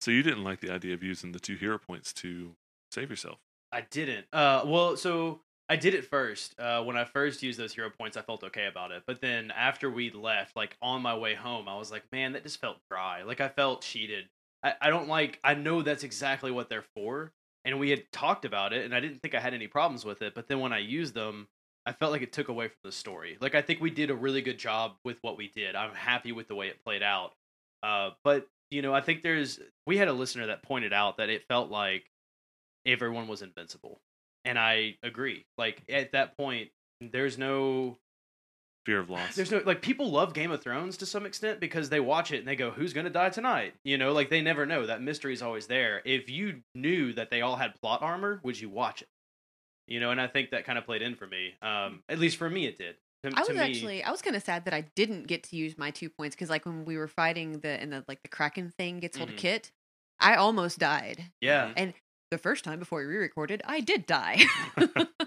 Speaker 7: So you didn't like the idea of using the two hero points to save yourself.
Speaker 6: I didn't. Uh, well, so I did it first. Uh, when I first used those hero points, I felt okay about it. But then after we left, like on my way home, I was like, man, that just felt dry. Like I felt cheated. I, I don't like, I know that's exactly what they're for. And we had talked about it, and I didn't think I had any problems with it. But then when I used them, I felt like it took away from the story. Like I think we did a really good job with what we did. I'm happy with the way it played out. Uh, but you know, I think there's we had a listener that pointed out that it felt like everyone was invincible. And I agree. Like at that point, there's no
Speaker 7: Fear of loss.
Speaker 6: there's no like people love Game of Thrones to some extent because they watch it and they go, Who's gonna die tonight? You know, like they never know. That mystery is always there. If you knew that they all had plot armor, would you watch it? You know, and I think that kind of played in for me. Um, at least for me it did. To,
Speaker 4: I
Speaker 6: to
Speaker 4: was
Speaker 6: me-
Speaker 4: actually I was kind of sad that I didn't get to use my two points because like when we were fighting the and the like the kraken thing gets hold
Speaker 3: Mm-hmm.
Speaker 6: Mhm.
Speaker 4: of Kit, I almost died
Speaker 6: Yeah.
Speaker 4: the first time before we re-recorded. I did die,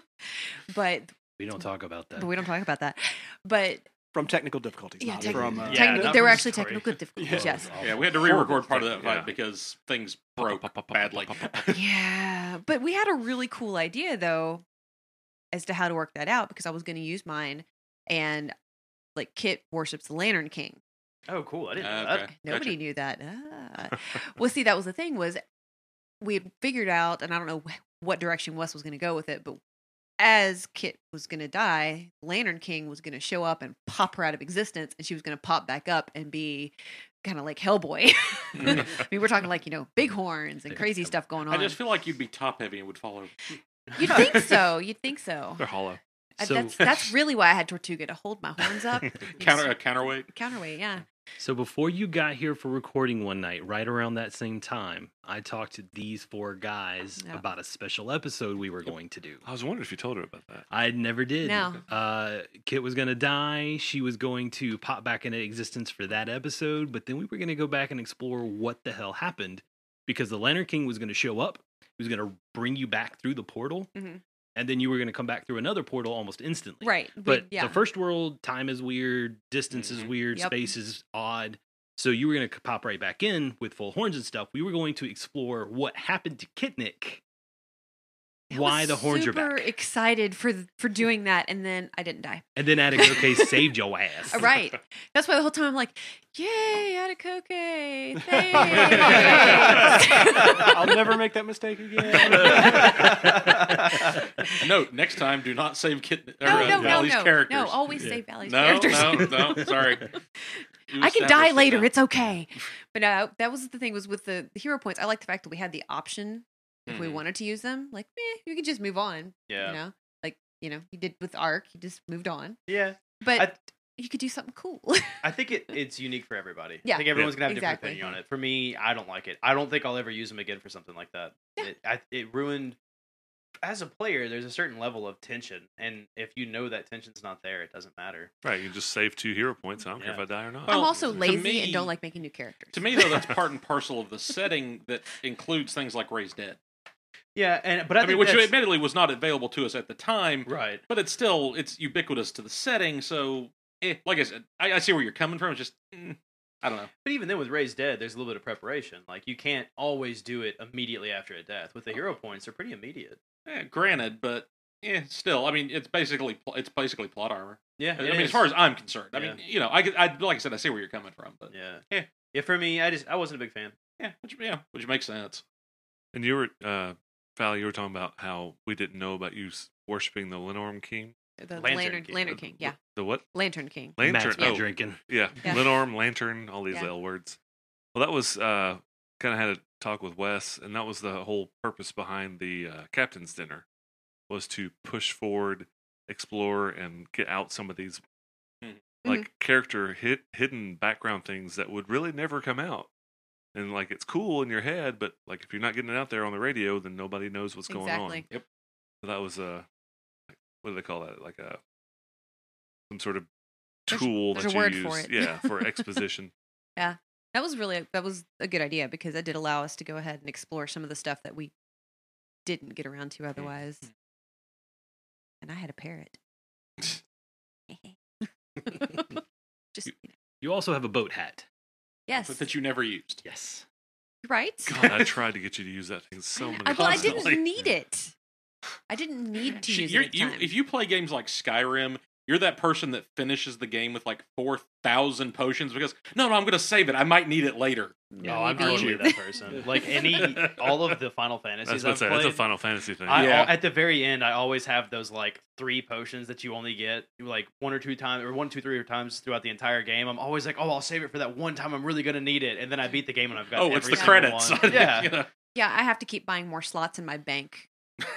Speaker 4: but
Speaker 2: We don't talk about that.
Speaker 4: but we don't talk about that. But
Speaker 5: From technical difficulties.
Speaker 4: yeah,
Speaker 5: not
Speaker 4: techni-
Speaker 5: from, uh,
Speaker 6: Yeah,
Speaker 4: technical-
Speaker 6: not
Speaker 4: there were
Speaker 6: from
Speaker 4: actually
Speaker 6: story.
Speaker 4: technical difficulties.
Speaker 5: Yeah.
Speaker 4: Yes,
Speaker 3: yeah, we had to re-record part of that fight
Speaker 7: Oh, Yeah.
Speaker 3: because things broke badly.
Speaker 4: yeah, but we had a really cool idea though as to how to work that out because I was going to use mine and like Kit worships the Lantern King.
Speaker 6: Oh cool. I didn't know
Speaker 3: Ah,
Speaker 6: that.
Speaker 3: okay.
Speaker 4: Nobody
Speaker 3: Gotcha.
Speaker 4: knew that. Ah. well, see, that was the thing was we had figured out, and I don't know wh- what direction Wes was going to go with it, but as Kit was going to die, Lantern King was going to show up and pop her out of existence, and she was going to pop back up and be kind of like Hellboy. I mean, we're talking like you know big horns and crazy stuff going
Speaker 3: I
Speaker 4: on.
Speaker 3: just feel like you'd be top heavy and would follow.
Speaker 4: You'd think so. You'd think so.
Speaker 7: They're hollow.
Speaker 4: Uh,
Speaker 2: So-
Speaker 4: that's that's really why I had Tortuga to hold my horns up.
Speaker 3: Counter a counterweight.
Speaker 4: counterweight. Yeah.
Speaker 2: So before you got here for recording one night, right around that same time, I talked to these four guys
Speaker 4: Yeah.
Speaker 2: about a special episode we were going to do.
Speaker 7: I was wondering if you told her about that.
Speaker 2: I never did.
Speaker 4: No.
Speaker 2: Uh, Kit was going to die. She was going to pop back into existence for that episode. But then we were going to go back and explore what the hell happened because the Lantern King was going to show up. He was going to bring you back through the portal.
Speaker 4: Mhm.
Speaker 2: And then you were going to come back through another portal almost instantly.
Speaker 4: Right. we-
Speaker 2: But
Speaker 4: yeah.
Speaker 2: the first world, time is weird, distance is
Speaker 3: Mhm.
Speaker 2: weird,
Speaker 4: Yep.
Speaker 2: space is odd. So you were going to pop right back in with full horns and stuff. We were going to explore what happened to Kitnik.
Speaker 4: I
Speaker 2: Why
Speaker 4: was
Speaker 2: the horns are
Speaker 4: super
Speaker 2: back.
Speaker 4: excited for for doing that, and then I didn't die.
Speaker 2: and then Atagoke saved your ass.
Speaker 4: Uh, Right. That's why the whole time I'm like, "Yay, Atacoke! Thanks."
Speaker 5: I'll never make that mistake again.
Speaker 6: That's
Speaker 3: No, next time, do not save Kit
Speaker 4: no,
Speaker 3: or, uh,
Speaker 4: no, no,
Speaker 3: Valley's
Speaker 4: no,
Speaker 3: characters.
Speaker 4: no! Always save Valley's
Speaker 3: no,
Speaker 4: characters.
Speaker 3: no, no. Sorry. You
Speaker 4: I can die
Speaker 3: established
Speaker 4: later.
Speaker 3: that.
Speaker 4: It's okay. But no, that was the thing was with the, the hero points. I like the fact that we had the option if we
Speaker 3: Mhm.
Speaker 4: wanted to use them. Like, meh, you could just move on.
Speaker 6: Yeah.
Speaker 4: You know, like you know, you did with Arc. You just moved on,
Speaker 6: yeah.
Speaker 4: but
Speaker 6: I-
Speaker 4: you could do something cool.
Speaker 6: I think it, it's unique for everybody.
Speaker 4: Yeah.
Speaker 6: I think everyone's gonna have a
Speaker 4: Exactly.
Speaker 6: different opinion on it. For me, I don't like it. I don't think I'll ever use them again for something like that.
Speaker 4: Yeah.
Speaker 6: It, I, it ruined. As a player, there's a certain level of tension, and if you know that tension's not there, it doesn't matter.
Speaker 7: Right. You just save two hero points. I don't care if
Speaker 6: Yeah.
Speaker 7: I die or not.
Speaker 3: Well,
Speaker 4: I'm also
Speaker 3: to
Speaker 4: lazy
Speaker 3: me-
Speaker 4: and don't like making new characters.
Speaker 3: uh, To me, though, that's part and parcel of the setting that includes things like Ray's Dead.
Speaker 6: Yeah, and but I,
Speaker 3: I, mean,
Speaker 6: think
Speaker 3: which
Speaker 6: that's-
Speaker 3: admittedly was not available to us at the time,
Speaker 6: right.
Speaker 3: but it's still it's ubiquitous to the setting. So, eh, like I said, I, I see where you're coming from. It's just mm, I don't know.
Speaker 6: But even then, with Ray's dead, there's a little bit of preparation. Like you can't always do it immediately after a death. With the hero points, they're pretty immediate.
Speaker 3: Eh, granted, but yeah, still. I mean, it's basically pl- it's basically plot armor.
Speaker 6: Yeah,
Speaker 3: I
Speaker 6: it
Speaker 3: mean, as
Speaker 6: is.
Speaker 3: far as I'm concerned, I
Speaker 6: Yeah.
Speaker 3: mean, you know, I, could- I like I said, I see where you're coming from, but
Speaker 6: yeah,
Speaker 3: Yeah.
Speaker 6: yeah. For me, I just I wasn't a big fan.
Speaker 3: yeah, which yeah, which makes sense.
Speaker 7: And you were, uh, Val, you were talking about how we didn't know about you s- worshiping the Lenorm King.
Speaker 4: The
Speaker 6: Lantern
Speaker 4: Lantern, Lantern
Speaker 6: King.
Speaker 4: King.
Speaker 7: The-
Speaker 4: Yeah.
Speaker 7: The what?
Speaker 4: Lantern King.
Speaker 7: Lantern.
Speaker 2: Matt's been
Speaker 7: oh,
Speaker 2: drinking.
Speaker 7: Yeah.
Speaker 4: Yeah.
Speaker 7: Lenorm, lantern, all these
Speaker 4: Yeah.
Speaker 7: L words. Well, that was uh, kind of had a talk with Wes, and that was the whole purpose behind the uh, captain's dinner was to push forward, explore, and get out some of these
Speaker 3: Mhm.
Speaker 4: Mm-hmm.
Speaker 7: like character hid, hidden background things that would really never come out. And like it's cool in your head, but like if you're not getting it out there on the radio, then nobody knows what's going on.
Speaker 4: Exactly.
Speaker 3: Yep.
Speaker 7: So that was uh, what do they call that? Like uh, a some sort of
Speaker 4: There's-
Speaker 7: tool
Speaker 4: there's
Speaker 7: that
Speaker 4: a
Speaker 7: you
Speaker 4: word
Speaker 7: use,
Speaker 4: for it.
Speaker 7: yeah, for exposition.
Speaker 4: That was really that was a good idea because that did allow us to go ahead and explore some of the stuff that we didn't get around
Speaker 3: Mm-hmm.
Speaker 4: to otherwise. And I had a parrot. Just
Speaker 2: You also have a boat hat.
Speaker 4: yes,
Speaker 3: But that you never used.
Speaker 2: Yes.
Speaker 4: right.
Speaker 7: God, I tried to get you to use that thing so many
Speaker 4: I,
Speaker 7: times.
Speaker 4: well, I
Speaker 3: Constantly.
Speaker 4: didn't need it. I didn't need to
Speaker 3: She-
Speaker 4: use
Speaker 3: you're-
Speaker 4: it. At the
Speaker 3: you-
Speaker 4: time.
Speaker 3: if you play games like Skyrim, you're that person that finishes the game with like four thousand potions because no, no, I'm gonna save it. I might need it later.
Speaker 6: No, I'm
Speaker 4: you
Speaker 6: totally
Speaker 4: didn't.
Speaker 6: that person. Like any, all of the Final Fantasies
Speaker 7: That's, what I
Speaker 6: I've
Speaker 7: said, that's a
Speaker 6: played,
Speaker 7: Final Fantasy thing.
Speaker 6: I,
Speaker 3: Yeah.
Speaker 6: al- at the very end, I always have those like three potions that you only get like one or two times, or one, two, three times throughout the entire game. I'm always like, oh, I'll save it for that one time I'm really gonna need it, and then I beat the game and I've got.
Speaker 3: oh, it's
Speaker 6: every
Speaker 3: the
Speaker 6: single
Speaker 3: credits.
Speaker 6: one.
Speaker 3: You
Speaker 6: yeah,
Speaker 3: know.
Speaker 4: Yeah, I have to keep buying more slots in my bank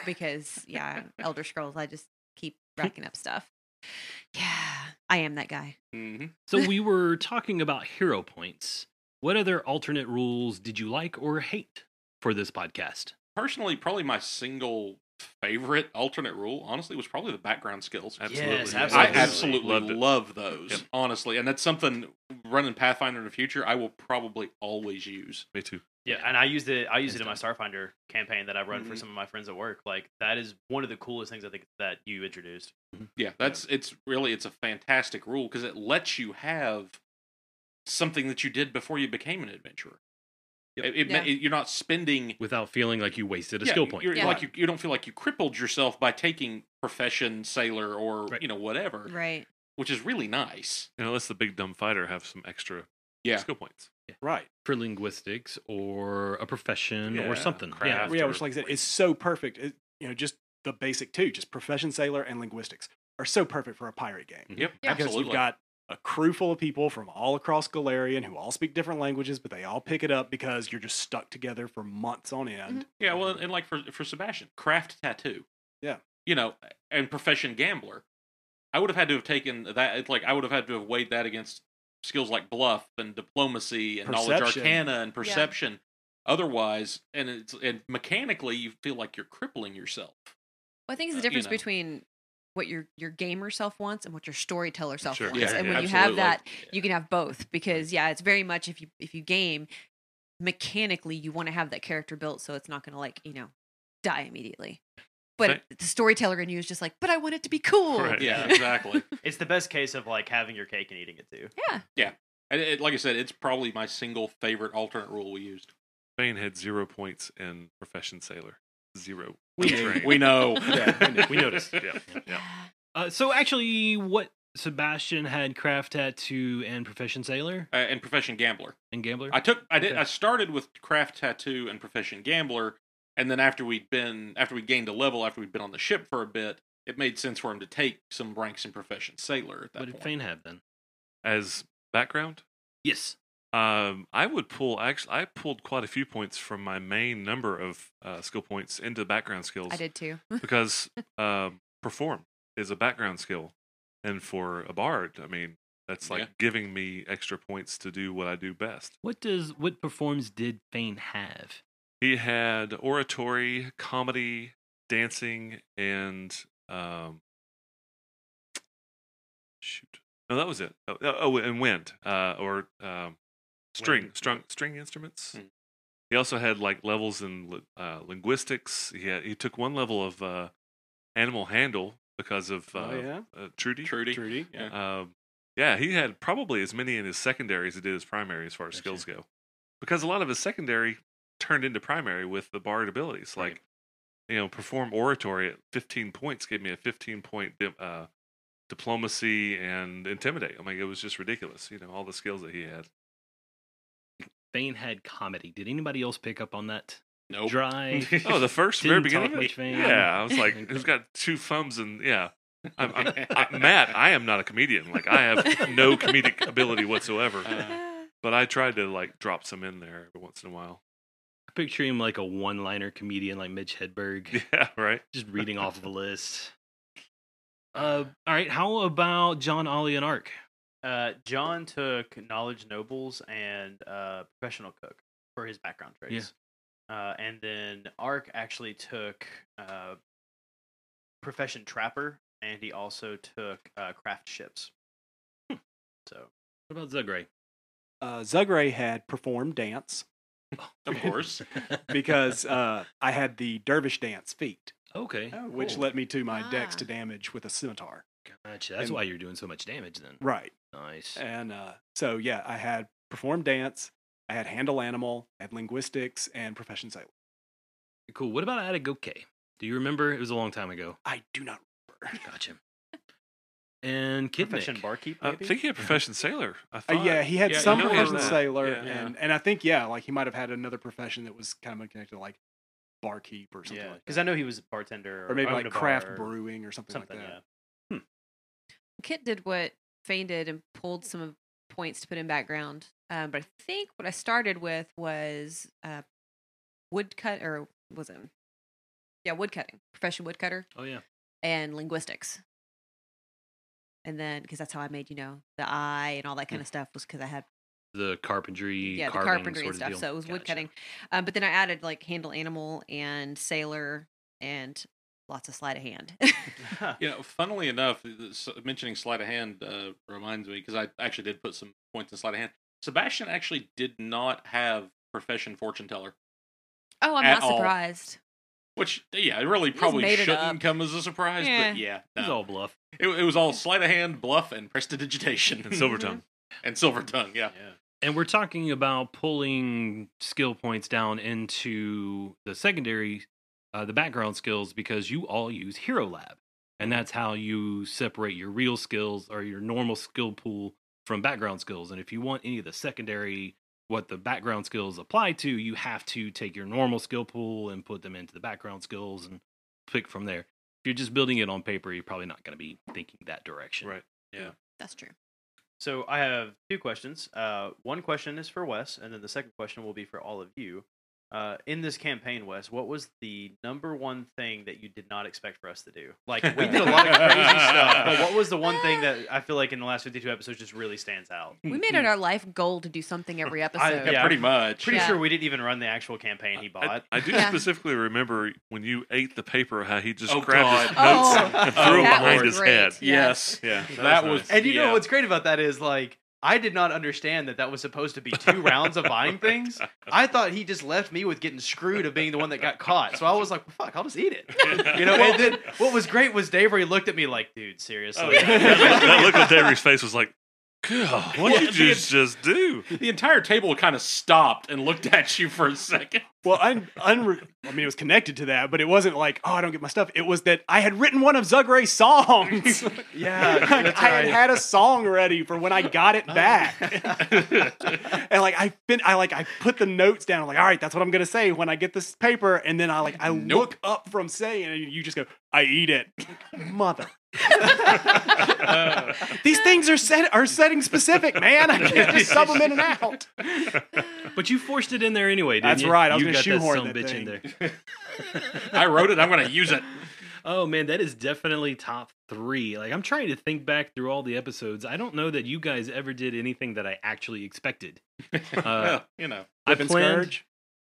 Speaker 4: because yeah, Elder Scrolls. I just keep racking up stuff. Yeah, I am that guy.
Speaker 6: Mm-hmm.
Speaker 3: Mhm.
Speaker 2: So we were talking about hero points. What other alternate rules did you like or hate for this podcast?
Speaker 3: Personally, probably my single favorite alternate rule, honestly, was probably the background skills.
Speaker 7: Absolutely.
Speaker 6: Yes,
Speaker 7: I
Speaker 3: I
Speaker 6: absolutely.
Speaker 3: absolutely
Speaker 7: Loved it.
Speaker 3: love those,
Speaker 7: Yep.
Speaker 3: honestly, and that's something running Pathfinder in the future I will probably always use.
Speaker 7: Me too.
Speaker 6: yeah. And I used it. I used it in my
Speaker 2: Hands
Speaker 6: Starfinder campaign that I run for
Speaker 3: Mhm.
Speaker 6: some of my friends at work. Like that is one of the coolest things I think that you introduced.
Speaker 3: Yeah, that's it's really it's a fantastic rule because it lets you have something that you did before you became an adventurer.
Speaker 2: Yep.
Speaker 3: It, it ma-
Speaker 4: Yeah.
Speaker 3: you're not spending
Speaker 2: Without feeling like you wasted a
Speaker 3: yeah,
Speaker 2: skill point.
Speaker 3: You're,
Speaker 4: Yeah.
Speaker 3: Like you, you don't feel like you crippled yourself by taking profession sailor or
Speaker 2: Right.
Speaker 3: you know whatever,
Speaker 4: Right.
Speaker 3: which is really nice.
Speaker 7: And unless the big dumb fighter have some extra
Speaker 3: Yeah.
Speaker 7: skill points.
Speaker 5: Right.
Speaker 2: For linguistics or a profession
Speaker 7: Yeah,
Speaker 2: or something.
Speaker 7: craft.
Speaker 5: Yeah,
Speaker 7: After-
Speaker 5: which like I said, is so perfect. It, you know, just the basic two, just profession sailor and linguistics are so perfect for a pirate game.
Speaker 2: Mm-hmm.
Speaker 7: Mhm.
Speaker 3: Yep,
Speaker 4: Yeah.
Speaker 5: Because
Speaker 3: Mm, absolutely.
Speaker 5: you've got a crew full of people from all across Galarian who all speak different languages, but they all pick it up because you're just stuck together for months on end.
Speaker 3: Yeah, well, and like for for Sebastian, craft tattoo.
Speaker 5: Yeah.
Speaker 3: you know, and profession gambler. I would have had to have taken that. It's like I would have had to have weighed that against skills like bluff and diplomacy and knowledge
Speaker 5: Perception.
Speaker 3: arcana and perception. Otherwise, and it's and mechanically, you feel like you're crippling yourself.
Speaker 4: Well, I think it's
Speaker 3: Uh, you
Speaker 4: the difference
Speaker 3: know.
Speaker 4: between what your your gamer self wants and what your storyteller self
Speaker 7: Sure.
Speaker 4: wants.
Speaker 7: Yeah,
Speaker 4: and
Speaker 7: yeah,
Speaker 4: when you have
Speaker 3: absolutely.
Speaker 4: that, you can have both because yeah, it's very much if you if you game mechanically, you want to have that character built so it's not going to like you know die immediately. But
Speaker 7: Right.
Speaker 4: the storyteller in you is just like, but I want it to be cool.
Speaker 7: Right.
Speaker 3: Yeah, exactly.
Speaker 6: It's the best case of like having your cake and eating it too.
Speaker 4: Yeah.
Speaker 3: and it, like I said, it's probably my single favorite alternate rule we used.
Speaker 7: Bane had zero points in Profession Sailor. Zero.
Speaker 2: We
Speaker 7: No
Speaker 2: knew.
Speaker 7: training.
Speaker 3: We know.
Speaker 2: Yeah, we knew- we noticed.
Speaker 7: Yeah. yeah.
Speaker 2: Uh, so actually, what Sebastian had craft tattoo and profession sailor
Speaker 3: Uh, and profession gambler.
Speaker 2: and gambler.
Speaker 3: I took I did
Speaker 2: Okay.
Speaker 3: I started with craft tattoo and profession gambler, and then after we'd been after we gained a level after we'd been on the ship for a bit, it made sense for him to take some ranks in profession sailor at that
Speaker 2: what did
Speaker 3: point.
Speaker 2: Fane have then?
Speaker 7: As background,
Speaker 2: Yes.
Speaker 7: um, I would pull. Actually, I pulled quite a few points from my main number of uh, skill points into background skills.
Speaker 4: I did too.
Speaker 7: because um, perform is a background skill, and for a bard, I mean, that's like
Speaker 3: Yeah.
Speaker 7: giving me extra points to do what I do best.
Speaker 2: What does what performs did Fane have?
Speaker 7: He had oratory, comedy, dancing, and um, shoot, no, that was it. Oh, oh, oh, and wind uh, or um, string,
Speaker 2: Wind.
Speaker 7: strung, string instruments.
Speaker 3: Hmm.
Speaker 7: He also had like levels in li- uh, linguistics. He had, he took one level of uh, animal handle because of uh,
Speaker 4: Mm-hmm.
Speaker 5: Oh, yeah?
Speaker 7: uh, Trudy.
Speaker 3: Trudy.
Speaker 5: Trudy.
Speaker 3: Yeah.
Speaker 7: Um, Yeah, he had probably as many in his secondary as he did his primary as far as
Speaker 2: Gotcha.
Speaker 7: skills go. Because a lot of his secondary turned into primary with the barred abilities. Like,
Speaker 2: Right.
Speaker 7: you know, perform oratory at 15 points gave me a 15 point di- uh, diplomacy and intimidate. I mean, it was just ridiculous, you know, all the skills that he had.
Speaker 2: Fane had comedy. Did anybody else pick up on that?
Speaker 3: Nope.
Speaker 2: Dry.
Speaker 7: Oh, the first very
Speaker 2: Didn't
Speaker 7: beginning.
Speaker 2: talk
Speaker 7: of it?
Speaker 2: much, man.
Speaker 7: Yeah, I was like, who's got two thumbs and yeah. I'm, I'm, I, Matt, I am not a comedian. Like, I have no comedic ability whatsoever.
Speaker 2: Uh,
Speaker 7: but I tried to like drop some in there every once in a while.
Speaker 2: I picture him like a one-liner comedian, like Mitch Hedberg.
Speaker 7: Yeah, right.
Speaker 2: just reading off of a list. Uh, all right. How about John Ollie and Ark?
Speaker 6: Uh, John took knowledge nobles and uh, professional cook for his background traits. Uh, and then Ark actually took uh, profession trapper, and he also took uh, craft ships.
Speaker 5: Hmm.
Speaker 6: So
Speaker 2: What about Zugray?
Speaker 5: Uh, Zugray had performed dance
Speaker 3: Of course.
Speaker 5: because uh, I had the dervish dance feat,
Speaker 2: okay,
Speaker 5: which led me to my dex
Speaker 4: Oh, Ah.
Speaker 5: to damage with a scimitar.
Speaker 2: gotcha. That's
Speaker 5: and-
Speaker 2: why you're doing so much damage then.
Speaker 5: Right.
Speaker 2: Nice.
Speaker 5: And uh, so, yeah, I had performed dance, I had handle animal, I had linguistics, and profession sailor.
Speaker 2: Cool. What about Adagoke? Do you remember? It was a long time ago.
Speaker 5: I do not remember.
Speaker 2: Gotcha. And
Speaker 6: profession
Speaker 2: Kidnik.
Speaker 6: barkeep,
Speaker 7: I
Speaker 6: maybe.
Speaker 7: think he had Uh, profession sailor. I
Speaker 5: Uh,
Speaker 7: thought.
Speaker 5: yeah, he had
Speaker 3: Yeah,
Speaker 5: some
Speaker 7: you know he has
Speaker 5: profession
Speaker 7: that.
Speaker 5: sailor,
Speaker 7: Yeah.
Speaker 5: and and I think yeah, like he might have had another profession that was kind of connected, to like barkeep or something
Speaker 6: yeah,
Speaker 5: like
Speaker 6: because
Speaker 5: that,
Speaker 6: I know he was a bartender, or,
Speaker 5: or maybe
Speaker 6: owned
Speaker 5: like
Speaker 6: a bar
Speaker 5: craft
Speaker 6: or
Speaker 5: brewing or something,
Speaker 6: something.
Speaker 5: like that.
Speaker 4: Kit did what Fane did and pulled some of points to put in background. Um, but I think what I started with was uh, woodcut, or was it? Yeah, woodcutting, profession woodcutter,
Speaker 2: Oh yeah.
Speaker 4: and linguistics. And then, because that's how I made, you know, the eye and all that kind of stuff was because I had,
Speaker 2: The carpentry.
Speaker 4: yeah, Hmm. the
Speaker 2: carving
Speaker 4: carpentry and
Speaker 2: sort of
Speaker 4: stuff.
Speaker 2: deal.
Speaker 4: So it was
Speaker 2: Gotcha.
Speaker 4: woodcutting. Um, but then I added like handle animal and sailor and lots of sleight of hand.
Speaker 6: Yeah.
Speaker 3: You know, funnily enough, this- mentioning sleight of hand uh, reminds me because I actually did put some points in sleight of hand. Sebastian actually did not have profession fortune teller,
Speaker 4: oh, I'm
Speaker 3: At
Speaker 4: not
Speaker 3: all.
Speaker 4: surprised.
Speaker 3: which yeah, it really
Speaker 4: just
Speaker 3: probably
Speaker 4: made it
Speaker 3: shouldn't
Speaker 4: up.
Speaker 3: come as a surprise.
Speaker 4: Yeah.
Speaker 3: But yeah,
Speaker 2: It was
Speaker 3: no.
Speaker 2: all bluff.
Speaker 3: it, it was all sleight of hand, bluff, and prestidigitation,
Speaker 7: And silver tongue.
Speaker 3: and silver tongue. Yeah,
Speaker 2: And we're talking about pulling skill points down into the secondary, uh, the background skills, because you all use Hero Lab. And that's how you separate your real skills or your normal skill pool from background skills. And if you want any of the secondary, what the background skills apply to, you have to take your normal skill pool and put them into the background skills and pick from there. If you're just building it on paper, you're probably not going to be thinking that direction.
Speaker 7: Right.
Speaker 4: That's true.
Speaker 6: So I have two questions. Uh, one question is for Wes, and then the second question will be for all of you. Uh, in this campaign, Wes, what was the number one thing that you did not expect for us to do? Like we did a lot of crazy stuff, but what was the one thing that I feel like in the last fifty-two episodes just really stands out?
Speaker 4: We made
Speaker 2: Mm-hmm.
Speaker 4: it our life goal to do something every episode.
Speaker 3: yeah,
Speaker 6: yeah.
Speaker 3: pretty much.
Speaker 6: Pretty
Speaker 4: Yeah.
Speaker 6: sure we didn't even run the actual campaign he
Speaker 7: I,
Speaker 6: bought.
Speaker 7: I do
Speaker 4: Yeah.
Speaker 7: specifically remember when you ate the paper, how he just
Speaker 3: Oh,
Speaker 7: grabbed his
Speaker 4: God.
Speaker 7: notes
Speaker 4: Oh,
Speaker 7: and threw them
Speaker 4: that
Speaker 7: behind
Speaker 4: was
Speaker 7: his
Speaker 4: great.
Speaker 7: head.
Speaker 3: Yes,
Speaker 7: Yeah,
Speaker 3: that was.
Speaker 7: nice.
Speaker 6: And you
Speaker 3: yeah.
Speaker 6: know what's great about that is like I did not understand that that was supposed to be two rounds of buying things. I thought he just left me with getting screwed of being the one that got caught. So I was like, "Fuck, I'll just eat it." You know, and then what was great was Davery looked at me like, "Dude, seriously."
Speaker 3: Oh,
Speaker 7: that, look- that look on Davery's face was like, God, what did you
Speaker 3: Yeah.
Speaker 7: just do?
Speaker 3: the entire table kind of stopped and looked at you for a second.
Speaker 5: Well, un, unre- I mean, it was connected to that, but it wasn't like oh, I don't get my stuff. It was that I had written one of Zugray's songs.
Speaker 6: yeah,
Speaker 5: Like,
Speaker 6: that's
Speaker 5: I
Speaker 6: right.
Speaker 5: had
Speaker 6: Oh,
Speaker 5: had a song ready for when I got it back, and like I fin- I like I put the notes down. Like, all right, that's what I'm gonna say when I get this paper, and then I like I look up from saying, and you just go, I eat it, mother. These things are set are setting specific, man. I can't just sub them in and out.
Speaker 2: But you forced it in there anyway, didn't
Speaker 5: That's
Speaker 2: you?
Speaker 5: right, I was
Speaker 2: you
Speaker 5: gonna
Speaker 2: got
Speaker 5: shoehorn
Speaker 2: that
Speaker 5: that
Speaker 2: bitch in
Speaker 5: thing.
Speaker 2: there.
Speaker 3: I wrote it. I'm going to use it.
Speaker 2: Oh man, that is definitely top three. Like I'm trying to think back through all the episodes. I don't know that you guys ever did anything that I actually expected. Uh,
Speaker 3: Well, you know,
Speaker 2: I
Speaker 5: Been
Speaker 2: planned.
Speaker 5: scourge?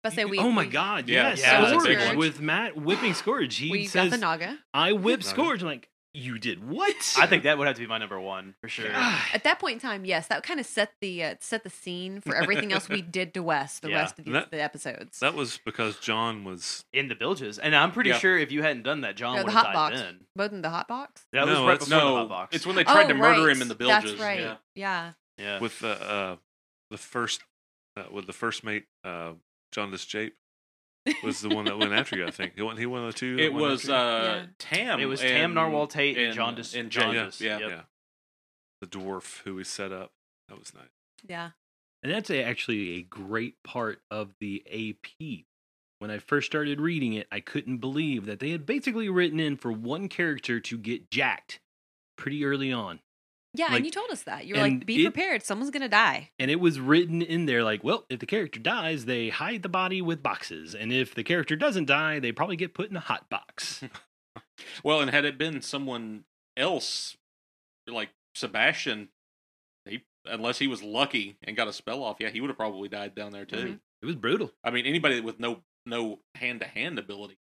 Speaker 4: But say we,
Speaker 2: oh my
Speaker 4: we-
Speaker 2: god,
Speaker 3: Yeah,
Speaker 2: yes,
Speaker 6: yeah, that's a big
Speaker 2: Scourge
Speaker 4: one.
Speaker 2: with Matt whipping Scourge. He
Speaker 4: we got
Speaker 2: says,
Speaker 4: the Naga.
Speaker 2: "I whip
Speaker 7: Naga.
Speaker 2: Scourge." I'm like, You did what?
Speaker 6: I think that would have to be my number one for sure.
Speaker 2: God.
Speaker 4: At that point in time, yes, that kind of set the uh, set the scene for everything else we did to Wes the
Speaker 6: Yeah.
Speaker 4: rest of the,
Speaker 7: That-
Speaker 4: the episodes.
Speaker 7: That was because John was.
Speaker 6: In the bilges, and I'm pretty
Speaker 3: Yeah.
Speaker 6: sure if you hadn't done that, John
Speaker 4: No, the
Speaker 6: would have
Speaker 4: hot
Speaker 6: died
Speaker 4: box.
Speaker 6: then.
Speaker 4: Both in the hot box.
Speaker 6: That
Speaker 7: No,
Speaker 6: was right
Speaker 7: it's-
Speaker 6: before the
Speaker 3: No,
Speaker 6: hot box.
Speaker 3: it's when they tried
Speaker 4: Oh,
Speaker 3: to murder
Speaker 4: right.
Speaker 3: him in the bilges.
Speaker 4: That's right.
Speaker 3: Yeah.
Speaker 4: Yeah.
Speaker 6: yeah.
Speaker 7: with the uh, the first uh, with the first mate uh, John Desjape was the one that went after you. I think he wasn't he one of the two. that
Speaker 3: It
Speaker 7: went
Speaker 3: was
Speaker 7: after you?
Speaker 3: uh,
Speaker 4: Yeah.
Speaker 3: Tam.
Speaker 6: it was Tam
Speaker 3: and-
Speaker 6: Narwhal Tate and,
Speaker 3: and-
Speaker 6: John Jaundis.
Speaker 3: and John-
Speaker 7: yeah,
Speaker 3: yeah,
Speaker 7: yeah, the dwarf who we set up. That was nice.
Speaker 4: Yeah.
Speaker 2: And that's a, actually a great part of the AP. When I first started reading it, I couldn't believe that they had basically written in for one character to get jacked pretty early on.
Speaker 4: Yeah,
Speaker 2: Like-
Speaker 4: and you told us that. You were
Speaker 2: and
Speaker 4: like, be
Speaker 2: it-
Speaker 4: prepared, someone's gonna die.
Speaker 2: And it was written in there like, well, if the character dies, they hide the body with boxes. And if the character doesn't die, they probably get put in a hot box.
Speaker 3: Well, and had it been someone else, like Sebastian, he unless he was lucky and got a spell off, yeah, he would have probably died down there too.
Speaker 4: Mhm.
Speaker 2: it was brutal.
Speaker 3: I mean, anybody with no no hand to hand ability.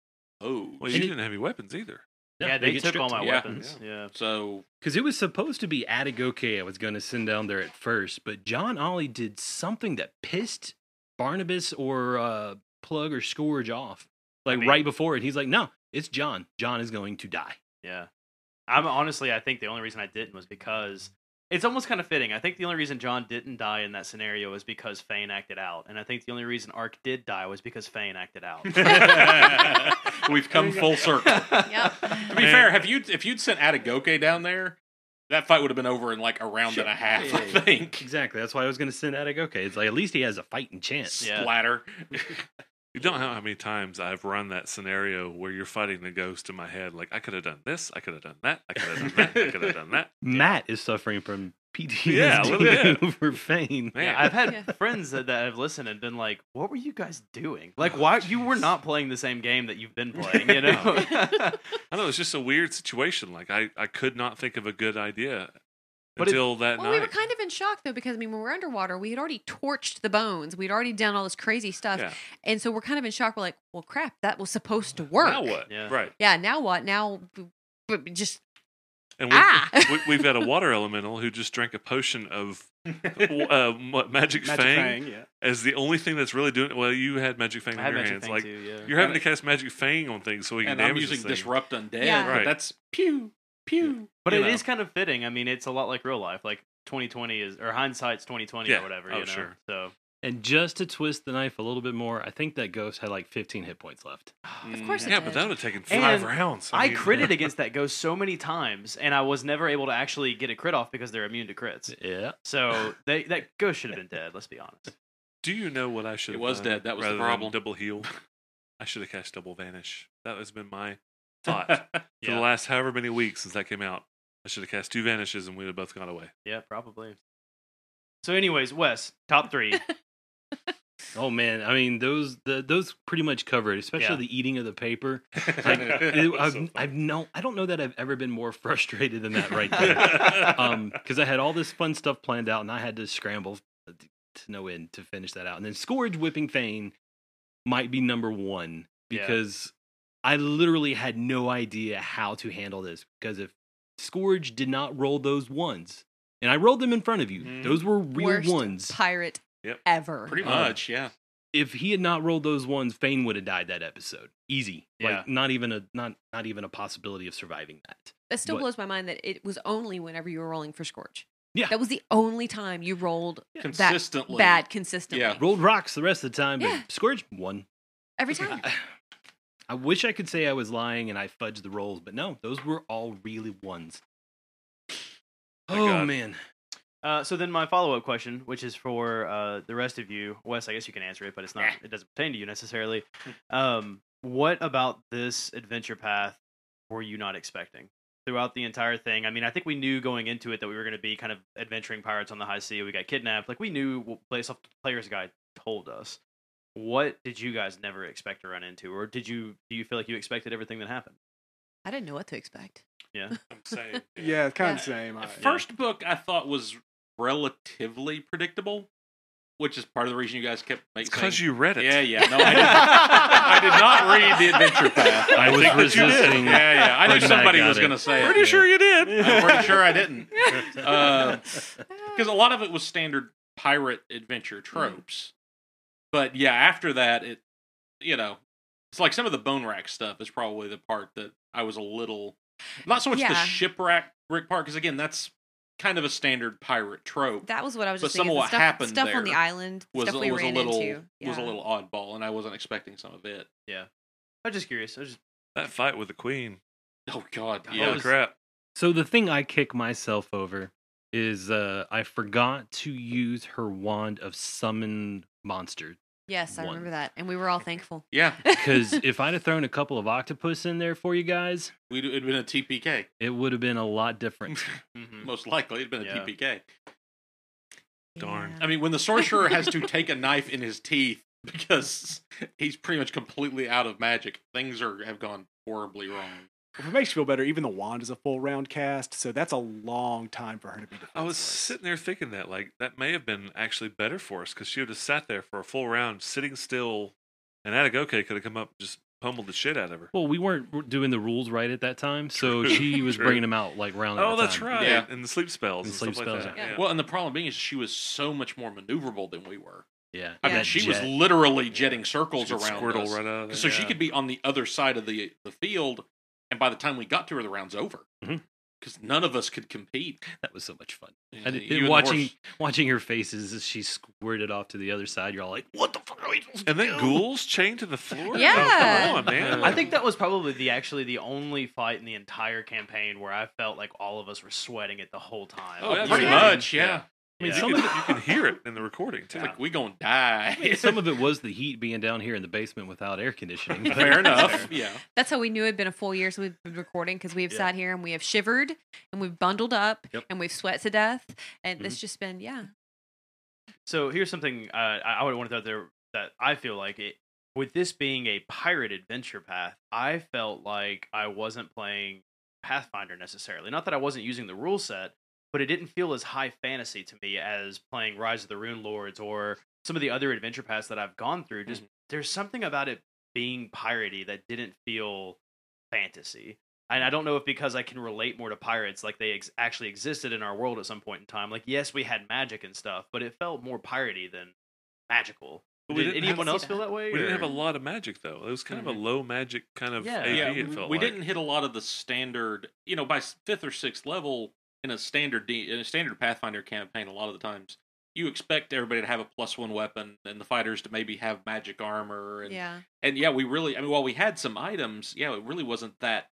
Speaker 3: Oh,
Speaker 7: Well,
Speaker 2: And
Speaker 7: you
Speaker 2: it-
Speaker 7: didn't have any weapons either.
Speaker 6: Yeah, they, took all my
Speaker 3: Yeah.
Speaker 6: weapons. Yeah.
Speaker 3: so
Speaker 2: Because it was supposed to be Atagoke I was going to send down there at first, but John Ollie did something that pissed Barnabas or uh, Plug or Scourge off. Like
Speaker 6: mean-
Speaker 2: right before it, he's like, no, it's John. John is going to die.
Speaker 6: Yeah. I'm honestly, I think the only reason I didn't was because it's almost kind of fitting. I think the only reason John didn't die in that scenario was because Fane acted out. And I think the only reason Ark did die was because Fane acted out.
Speaker 3: we've come full circle. To be
Speaker 7: Man.
Speaker 3: fair, have you if you'd sent Atagoke down there, that fight would have been over in like a round and a half,
Speaker 2: Yeah,
Speaker 3: I
Speaker 2: yeah, yeah.
Speaker 3: think.
Speaker 2: Exactly. That's why I was going to send Atagoke. It's like, at least he has a fighting chance.
Speaker 6: Yeah.
Speaker 3: Splatter.
Speaker 7: You don't know how many times I've run that scenario where you're fighting the ghost in my head. Like I could have done this, I could have done that, I could have done that, I could have done that.
Speaker 2: Matt is suffering from PTSD
Speaker 7: Yeah, a little bit.
Speaker 2: over Fane.
Speaker 7: Man,
Speaker 6: I've had
Speaker 4: Yeah.
Speaker 6: friends that, that have listened and been like, "What were you guys doing?
Speaker 7: Oh,
Speaker 6: Like, why you were not playing the same game that you've been playing?" You know?
Speaker 7: I know it's just a weird situation. Like I, I could not think of a good idea
Speaker 6: But it-
Speaker 7: until that
Speaker 4: Well,
Speaker 7: night.
Speaker 4: we were kind of in shock though, because I mean, when we were underwater, we had already torched the bones. We'd already done all this crazy stuff,
Speaker 7: Yeah.
Speaker 4: and so we're kind of in shock. We're like, "Well, crap, that was supposed to work."
Speaker 7: Now what?
Speaker 6: Yeah.
Speaker 7: Right.
Speaker 4: Yeah. Now what? Now, b- b- just
Speaker 7: And we've,
Speaker 4: Ah!
Speaker 7: we, we've got a water elemental who just drank a potion of uh, ma- magic,
Speaker 5: Magic
Speaker 7: fang,
Speaker 5: Fang, yeah.
Speaker 7: as the only thing that's really doing. Well, you had magic fang
Speaker 6: I
Speaker 7: in
Speaker 6: had
Speaker 7: your
Speaker 6: Magic
Speaker 7: hands.
Speaker 6: Fang
Speaker 7: like
Speaker 6: too. Yeah.
Speaker 7: you're having
Speaker 3: And-
Speaker 7: to cast magic fang on things so we can
Speaker 3: and
Speaker 7: damage
Speaker 3: I'm using
Speaker 7: this thing.
Speaker 3: disrupt undead.
Speaker 4: Yeah.
Speaker 3: but
Speaker 7: Right.
Speaker 3: That's pew pew.
Speaker 6: But
Speaker 7: you
Speaker 6: it is
Speaker 7: know.
Speaker 6: kind of fitting. I mean, it's a lot like real life. Like 2020 is, or hindsight's 2020
Speaker 7: Yeah.
Speaker 6: or whatever.
Speaker 7: Oh,
Speaker 6: you know?
Speaker 7: sure.
Speaker 6: So
Speaker 2: And just to twist the knife a little bit more, I think that ghost had like 15 hit points left.
Speaker 4: of
Speaker 3: Mm,
Speaker 4: course. it
Speaker 7: Yeah, but
Speaker 4: did.
Speaker 7: that would have taken five
Speaker 6: And
Speaker 7: rounds.
Speaker 6: I
Speaker 7: mean-
Speaker 6: critted against that ghost so many times, and I was never able to actually get a crit off because they're immune to crits.
Speaker 2: Yeah.
Speaker 6: So they, that ghost should have been dead. Let's be honest.
Speaker 7: Do you know what I should?
Speaker 3: It
Speaker 7: have
Speaker 3: was
Speaker 7: done
Speaker 3: dead. That was the
Speaker 7: rather than
Speaker 3: problem.
Speaker 7: Double heal. I should have cast double vanish. That has been my thought for the last however many weeks since that came out. I should have cast two vanishes and we'd have both gone away.
Speaker 6: Yeah, probably. So, anyways, Wes, top three.
Speaker 2: Oh man, I mean those the, those pretty much covered, especially
Speaker 6: Yeah.
Speaker 2: the eating of the paper. Like, it- I've,
Speaker 7: I've,
Speaker 2: I've no, I don't know that I've ever been more frustrated than that right there. um, because I had all this fun stuff planned out, and I had to scramble to no end to finish that out. And then Scourge Whipping Fane might be number one
Speaker 6: Yeah.
Speaker 2: because I literally had no idea how to handle this. Because if Scourge did not roll those ones, and I rolled them in front of you,
Speaker 6: Mm-hmm.
Speaker 3: Mhm.
Speaker 2: those were real
Speaker 4: worst
Speaker 2: ones.
Speaker 4: pirate
Speaker 7: Yep.
Speaker 4: ever.
Speaker 3: Pretty
Speaker 2: Um,
Speaker 3: much, yeah.
Speaker 2: if he had not rolled those ones, Fane would have died that episode. Easy.
Speaker 6: Yeah.
Speaker 2: Like not even a not not even a possibility of surviving that.
Speaker 4: That still
Speaker 2: But-
Speaker 4: blows my mind that it was only whenever you were rolling for Scorch.
Speaker 2: Yeah.
Speaker 4: That was the only time you rolled
Speaker 3: Consistently
Speaker 4: bad consistently.
Speaker 3: Yeah.
Speaker 2: Rolled rocks the rest of the time, but
Speaker 4: Yeah.
Speaker 2: Scourge won.
Speaker 4: Every time.
Speaker 2: I wish I could say I was lying and I fudged the rolls, but no, those were all really ones.
Speaker 7: My
Speaker 2: oh
Speaker 7: God.
Speaker 2: man.
Speaker 6: Uh, so then my follow-up question, which is for uh, the rest of you, Wes, I guess you can answer it, but it's not. It doesn't pertain to you necessarily. Um, what about this adventure path were you not expecting throughout the entire thing? I mean, I think we knew going into it that we were going to be kind of adventuring pirates on the high sea. We got kidnapped. Like we knew what- based off the player's guide told us. What did you guys never expect to run into, or did you? Do you feel like you expected everything that happened?
Speaker 4: I didn't know what to expect.
Speaker 6: Yeah.
Speaker 7: saying,
Speaker 5: Yeah, it's
Speaker 4: Yeah.
Speaker 3: Uh,
Speaker 5: kind of the same. I,
Speaker 3: First book I thought was relatively predictable. which is part of the reason you guys kept
Speaker 7: It's
Speaker 3: making.
Speaker 7: because you read it.
Speaker 3: Yeah, yeah. No, I did, I did not read the adventure path.
Speaker 2: I was
Speaker 7: think that you did.
Speaker 2: resisting.
Speaker 3: Yeah, yeah. I knew
Speaker 2: But I
Speaker 3: somebody
Speaker 2: got
Speaker 3: was
Speaker 2: it.
Speaker 3: going to say
Speaker 7: Pretty
Speaker 3: it.
Speaker 7: sure you did.
Speaker 3: I'm pretty sure I didn't.
Speaker 7: Uh,
Speaker 3: Because
Speaker 4: Ah.
Speaker 3: a lot of it was standard pirate
Speaker 4: Hmm.
Speaker 3: adventure tropes. But yeah, after that, it, you know, it's like some of the bone rack stuff is probably the part that I was a little. Not so much the
Speaker 4: Yeah.
Speaker 3: shipwreck Rick part, because again, that's kind of a standard pirate trope.
Speaker 4: That was what I was
Speaker 3: But
Speaker 4: just
Speaker 3: some
Speaker 4: thinking.
Speaker 3: of
Speaker 4: the
Speaker 3: what
Speaker 4: stuff,
Speaker 3: happened
Speaker 4: stuff on the
Speaker 3: there
Speaker 4: island,
Speaker 3: was
Speaker 4: stuff
Speaker 3: a,
Speaker 4: we
Speaker 3: was a
Speaker 4: ran
Speaker 3: little
Speaker 4: into.
Speaker 3: was a
Speaker 4: Yeah.
Speaker 3: little oddball, and I wasn't expecting some of it.
Speaker 6: I'm just curious. I was just
Speaker 7: That fight with the queen.
Speaker 3: Oh God,
Speaker 6: God,
Speaker 3: yeah,
Speaker 7: Holy crap.
Speaker 2: So the thing I kick myself over is uh I forgot to use her wand of summon monster
Speaker 4: Yes, I
Speaker 2: One.
Speaker 4: remember that, and we were all thankful.
Speaker 3: yeah.
Speaker 2: because if I'd have thrown a couple of octopus in there for you guys,
Speaker 3: We'd it'd been a TPK,
Speaker 2: it would have been a lot different.
Speaker 6: mhm.
Speaker 3: most likely. It'd been a
Speaker 6: Yeah.
Speaker 3: TPK.
Speaker 7: Darn.
Speaker 4: Yeah.
Speaker 3: I mean, when the sorcerer has to take a knife in his teeth because he's pretty much completely out of magic, things are have gone horribly wrong.
Speaker 5: If it makes you feel better, even the wand is a full round cast, so that's a long time for her to be.
Speaker 7: I was
Speaker 5: defenseless.
Speaker 7: sitting there thinking that, like, that may have been actually better for us because she would have sat there for a full round, sitting still, and Atagoke could have come up and just pummeled the shit out of her.
Speaker 2: Well, we weren't doing the rules right at that time, so
Speaker 7: True,
Speaker 2: she was
Speaker 7: true.
Speaker 2: bringing them out like round. at
Speaker 7: Oh,
Speaker 2: a
Speaker 7: that's
Speaker 2: time.
Speaker 7: right.
Speaker 3: Yeah.
Speaker 7: And the sleep
Speaker 2: And
Speaker 7: spells and,
Speaker 2: sleep
Speaker 7: stuff
Speaker 2: spells,
Speaker 7: like that.
Speaker 4: yeah.
Speaker 7: Yeah.
Speaker 3: Well, and the problem being is she was so much more maneuverable than we were.
Speaker 2: Yeah,
Speaker 3: I mean,
Speaker 2: that
Speaker 3: she was
Speaker 2: jet.
Speaker 3: literally jetting circles
Speaker 7: She could
Speaker 3: around
Speaker 7: Squirtle
Speaker 3: us.
Speaker 7: right out of there.
Speaker 3: so she
Speaker 7: Yeah.
Speaker 3: could be on the other side of the the field, and by the time we got to her, the round's over because
Speaker 2: Mhm.
Speaker 3: none of us could compete.
Speaker 2: that was so much fun.
Speaker 3: You
Speaker 2: I
Speaker 3: know,
Speaker 2: did-
Speaker 3: you and the
Speaker 2: watching
Speaker 3: horse.
Speaker 2: watching her faces as she squirted off to the other side. You're all like, "What the fuck?" Are we supposed to
Speaker 7: And then
Speaker 2: do?"
Speaker 7: ghouls chained to the floor? Oh,
Speaker 4: Yeah.
Speaker 7: come on, man.
Speaker 6: I think that was probably the actually the only fight in the entire campaign where I felt like all of us were sweating it the whole time.
Speaker 7: Oh,
Speaker 6: Yeah.
Speaker 3: pretty
Speaker 7: absolutely.
Speaker 3: much, yeah.
Speaker 2: I mean,
Speaker 6: Yeah.
Speaker 2: some
Speaker 7: you
Speaker 2: of
Speaker 7: can,
Speaker 2: it,
Speaker 7: you can hear it in the recording, too.
Speaker 3: It's like we gonna die.
Speaker 2: I mean, some of it was the heat being down here in the basement without air conditioning. but-
Speaker 3: Fair enough. Yeah.
Speaker 4: That's how we knew it had been a full year. So we've been recording because we've sat here and we have shivered and we've bundled up
Speaker 2: Yep.
Speaker 4: and we've sweat to death. And
Speaker 3: Mm-hmm.
Speaker 4: it's just been, yeah.
Speaker 6: So here's something uh, I I would want to throw out there that I feel like it with this being a pirate adventure path, I felt like I wasn't playing Pathfinder necessarily. Not that I wasn't using the rule set, but it didn't feel as high fantasy to me as playing Rise of the Rune Lords or some of the other adventure paths that I've gone through. Just there's something about it being piratey that didn't feel fantasy. And I don't know if because I can relate more to pirates, like they ex- actually existed in our world at some point in time. Like, yes, we had magic and stuff, but it felt more piratey than magical.
Speaker 7: But we
Speaker 6: Did
Speaker 7: didn't
Speaker 6: anyone
Speaker 7: have-
Speaker 6: else feel that way?
Speaker 7: we didn't have a
Speaker 6: or-
Speaker 7: lot of magic, though. It was kind of a low magic kind of
Speaker 6: Yeah.
Speaker 7: AD,
Speaker 3: yeah,
Speaker 7: it
Speaker 3: we,
Speaker 7: felt
Speaker 3: we
Speaker 7: like.
Speaker 3: didn't hit a lot of the standard. You know, by s- fifth or sixth level in a standard D, in a standard Pathfinder campaign, a lot of the times you expect everybody to have a plus one weapon and the fighters to maybe have magic armor and
Speaker 4: yeah.
Speaker 3: and yeah, we really. I mean, while we had some items, yeah, it really wasn't that.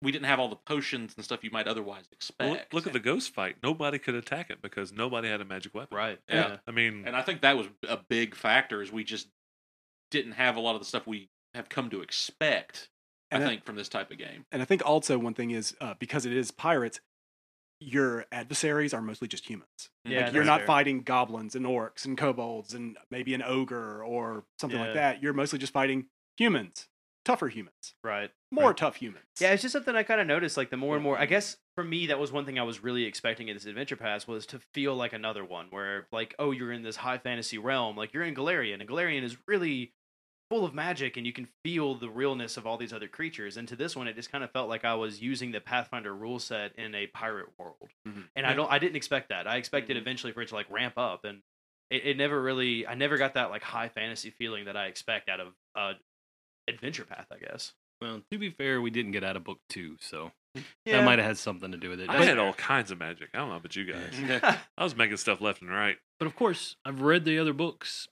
Speaker 3: We didn't have all the potions and stuff you might otherwise
Speaker 7: Well,
Speaker 3: expect.
Speaker 7: look, look at the ghost fight. Nobody could attack it because nobody had a magic weapon.
Speaker 6: Right.
Speaker 3: Yeah.
Speaker 7: I mean,
Speaker 3: and I think that was a big factor is we just didn't have a lot of the stuff we have come to expect.
Speaker 5: And
Speaker 3: I
Speaker 5: that-
Speaker 3: think from this type of game.
Speaker 5: And I think also one thing is uh, because it is pirates, your adversaries are mostly just humans.
Speaker 6: Yeah,
Speaker 5: You're
Speaker 6: that's
Speaker 5: not
Speaker 6: fair.
Speaker 5: fighting goblins and orcs and kobolds and maybe an ogre or something
Speaker 6: Yeah.
Speaker 5: like that. You're mostly just fighting humans, tougher humans,
Speaker 6: Right.
Speaker 5: more tough humans.
Speaker 6: Yeah, it's just something I kind of noticed. Like the more and
Speaker 2: Mm-hmm.
Speaker 6: more, I guess for me, that was one thing I was really expecting in this adventure pass was to feel like another one, where like, oh, you're in this high fantasy realm, like you're in Galarian, and Galarian is really full of magic, and you can feel the realness of all these other creatures. And to this one, it just kind of felt like I was using the Pathfinder rule set in a pirate world,
Speaker 2: Mm-hmm.
Speaker 5: Mhm.
Speaker 6: and I don't, I didn't expect that. I expected
Speaker 3: Mhm.
Speaker 6: eventually for it to like ramp up, and it, it never really, I never got that like high fantasy feeling that I expect out of uh, adventure path, I guess.
Speaker 2: well, to be fair, we didn't get out of book two, so that might have had something to do with it.
Speaker 7: I
Speaker 2: But-
Speaker 7: had all kinds of magic. I don't know about you guys. I was making stuff left and right.
Speaker 2: But of course, I've read the other books.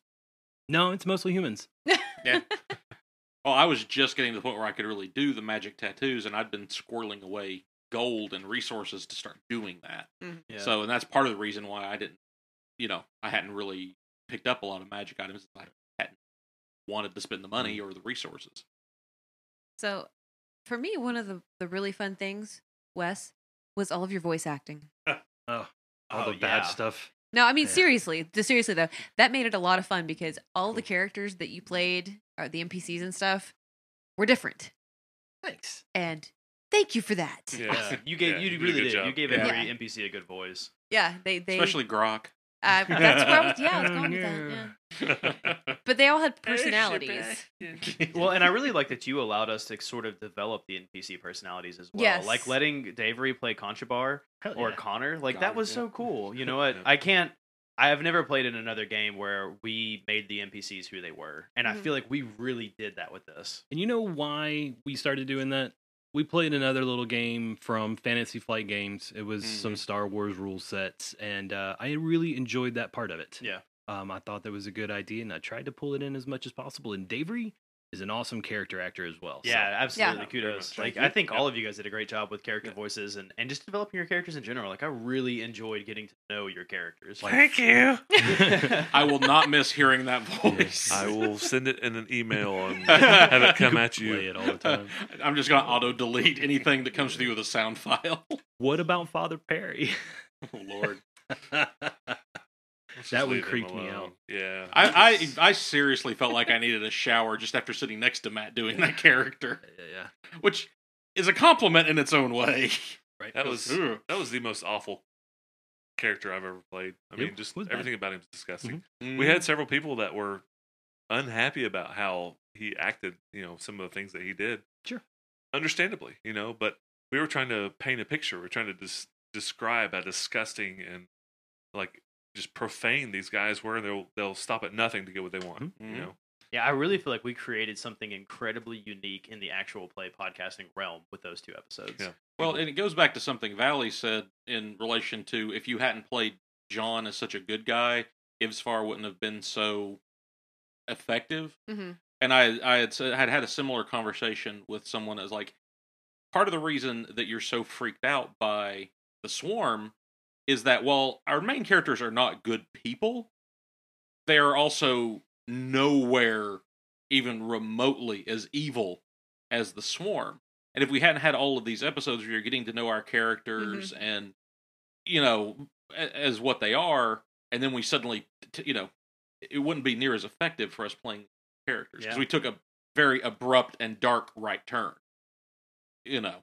Speaker 2: No, it's mostly humans.
Speaker 3: Well, Oh, I was just getting to the point where I could really do the magic tattoos, and I'd been squirreling away gold and resources to start doing that.
Speaker 6: Yeah.
Speaker 3: So, and that's part of the reason why I didn't, you know, I hadn't really picked up a lot of magic items. I hadn't wanted to spend the money or the resources.
Speaker 4: So for me, one of the, the really fun things, Wes, was all of your voice acting.
Speaker 2: All
Speaker 6: Oh,
Speaker 2: the bad
Speaker 6: yeah.
Speaker 2: stuff.
Speaker 4: No, I mean
Speaker 2: Yeah.
Speaker 4: seriously. th- Seriously though, that made it a lot of fun because all the characters that you played, or the NPCs and stuff, were different.
Speaker 2: Thanks.
Speaker 4: And thank you for that. Yeah,
Speaker 7: Yeah.
Speaker 6: You gave
Speaker 7: Uh, Yeah,
Speaker 6: you
Speaker 7: you did a
Speaker 6: really
Speaker 7: good
Speaker 6: did. You
Speaker 7: job.
Speaker 6: gave
Speaker 3: Yeah.
Speaker 6: every NPC a good voice.
Speaker 4: they they
Speaker 3: Especially Grok.
Speaker 4: I, that's where I was. Yeah, I was going with that. Yeah. But they all had personalities.
Speaker 6: well, and I really like that you allowed us to sort of develop the NPC personalities as well.
Speaker 4: Yes.
Speaker 6: Like letting Davery play Conchabar
Speaker 7: Oh,
Speaker 2: Hell
Speaker 6: or
Speaker 2: yeah.
Speaker 6: Connor. Like
Speaker 5: Connor,
Speaker 6: that was
Speaker 5: yeah.
Speaker 6: so cool. You know what?
Speaker 7: Yeah.
Speaker 6: I can't I have never played in another game where we made the NPCs who they were. And I
Speaker 4: Mhm.
Speaker 6: feel like we really did that with this.
Speaker 2: And you know why we started doing that? We played another little game from Fantasy Flight Games. It was some Star Wars rule sets, and uh, I really enjoyed that part of it.
Speaker 6: Yeah.
Speaker 2: Um, I thought that was a good idea, and I tried to pull it in as much as possible. And Davery is an awesome character actor as well. so-
Speaker 6: Yeah, absolutely.
Speaker 7: Yeah.
Speaker 6: Kudos.
Speaker 7: Very much.
Speaker 6: Like I think all of you guys did a great job with character voices and, and just developing your characters in general. Like I really enjoyed getting to know your characters. Like
Speaker 7: Thank you.
Speaker 3: I will not miss hearing that voice.
Speaker 7: I will send it in an email and have it come at
Speaker 2: Play
Speaker 7: you.
Speaker 2: it all the time.
Speaker 3: I'm just gonna auto delete anything that comes to you with a sound file. oh
Speaker 2: what about Father Perry?
Speaker 3: Lord,
Speaker 7: Let's
Speaker 2: That
Speaker 7: just
Speaker 2: would
Speaker 7: leave him
Speaker 2: creak me
Speaker 7: alone.
Speaker 2: out.
Speaker 7: Yeah.
Speaker 3: I, I I seriously felt like I needed a shower just after sitting next to Matt doing that character,
Speaker 2: yeah, yeah.
Speaker 3: which is a compliment in its own way.
Speaker 2: Right.
Speaker 7: That
Speaker 3: Because,
Speaker 7: was
Speaker 3: ugh.
Speaker 7: that was the most awful character I've ever played. I
Speaker 2: Yeah,
Speaker 7: mean, just
Speaker 2: was bad.
Speaker 7: everything about him is disgusting.
Speaker 2: mm.
Speaker 7: We
Speaker 3: Mm-hmm.
Speaker 7: had several people that were unhappy about how he acted, you know, some of the things that he did.
Speaker 2: Sure.
Speaker 7: Understandably, you know, but we were trying to paint a picture. We are trying to dis- describe how disgusting and like just profane these guys were. They'll they'll stop at nothing to get what they want,
Speaker 3: Mhm.
Speaker 7: you know.
Speaker 6: Yeah, I really feel like we created something incredibly unique in the actual play podcasting realm with those two episodes.
Speaker 7: Yeah.
Speaker 3: Well, and it goes back to something Valley said in relation to if you hadn't played John as such a good guy, Ivsfar wouldn't have been so effective.
Speaker 4: hmm
Speaker 3: And I, I had said, had had a similar conversation with someone as like, part of the reason that you're so freaked out by the swarm is that while our main characters are not good people, they are also nowhere even remotely as evil as the swarm. And if we hadn't had all of these episodes where you're getting to know our characters and you know a- as what they are, and then we suddenly t- you know it wouldn't be near as effective for us playing characters because
Speaker 6: Yeah.
Speaker 3: we took a very abrupt and dark right turn. You know,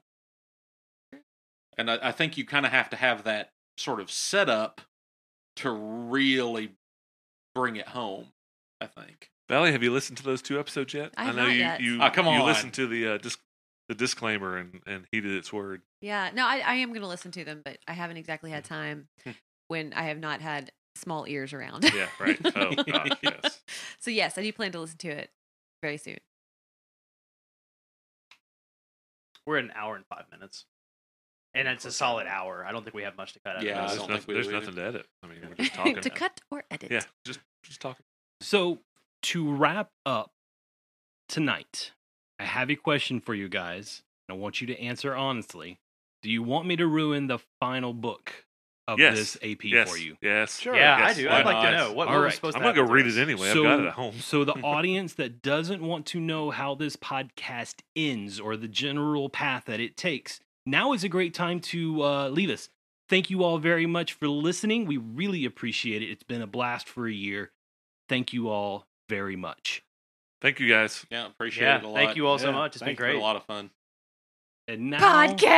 Speaker 3: and I, I think you kind of have to have that sort of setup to really bring it home. I think.
Speaker 7: Valley, have you listened to those two episodes yet?
Speaker 4: I have
Speaker 7: know
Speaker 4: not
Speaker 7: you
Speaker 4: yet.
Speaker 7: you
Speaker 3: Ah, come
Speaker 7: you
Speaker 3: on.
Speaker 7: listened to the uh, disc- the disclaimer and and heeded its word.
Speaker 4: Yeah. No, I, I am going to listen to them, but I haven't exactly had time when I have not had small ears around.
Speaker 7: Yeah, right. Oh, gosh, yes.
Speaker 4: so yes, I do plan to listen to it very soon.
Speaker 6: We're at an hour and five minutes. And it's a solid hour. I don't think we have much to cut out. of
Speaker 3: Yeah,
Speaker 7: No,
Speaker 3: I
Speaker 6: this.
Speaker 7: there's
Speaker 3: don't
Speaker 7: nothing,
Speaker 3: think we
Speaker 7: there's
Speaker 3: do either.
Speaker 7: nothing to edit. I mean, we're just talking.
Speaker 4: to cut or edit.
Speaker 7: yeah, just just talking.
Speaker 2: So, to wrap up tonight, I have a question for you guys, and I want you to answer honestly. Do you want me to ruin the final book of
Speaker 7: Yes.
Speaker 2: this AP
Speaker 7: yes,
Speaker 2: for you?
Speaker 7: Yes.
Speaker 5: Sure.
Speaker 6: yeah,
Speaker 7: Yes,
Speaker 6: I do.
Speaker 7: why
Speaker 6: I'd like
Speaker 3: not?
Speaker 6: to know. What,
Speaker 2: All
Speaker 6: what
Speaker 2: right.
Speaker 6: was supposed
Speaker 7: I'm
Speaker 6: to
Speaker 7: gonna go
Speaker 6: happen to
Speaker 7: read
Speaker 6: us?
Speaker 7: it anyway. I've got it at home.
Speaker 2: So the audience that doesn't want to know how this podcast ends or the general path that it takes, now is a great time to uh, leave us. Thank you all very much for listening. We really appreciate it. It's been a blast for a year. Thank you all very much.
Speaker 7: Thank you guys.
Speaker 3: Yeah, appreciate
Speaker 6: Yeah,
Speaker 3: it a lot.
Speaker 6: thank you all so
Speaker 5: Yeah,
Speaker 6: much. It's been
Speaker 5: thank you.
Speaker 3: It's been
Speaker 6: great.
Speaker 3: a lot of fun.
Speaker 2: And now,
Speaker 4: Podcast.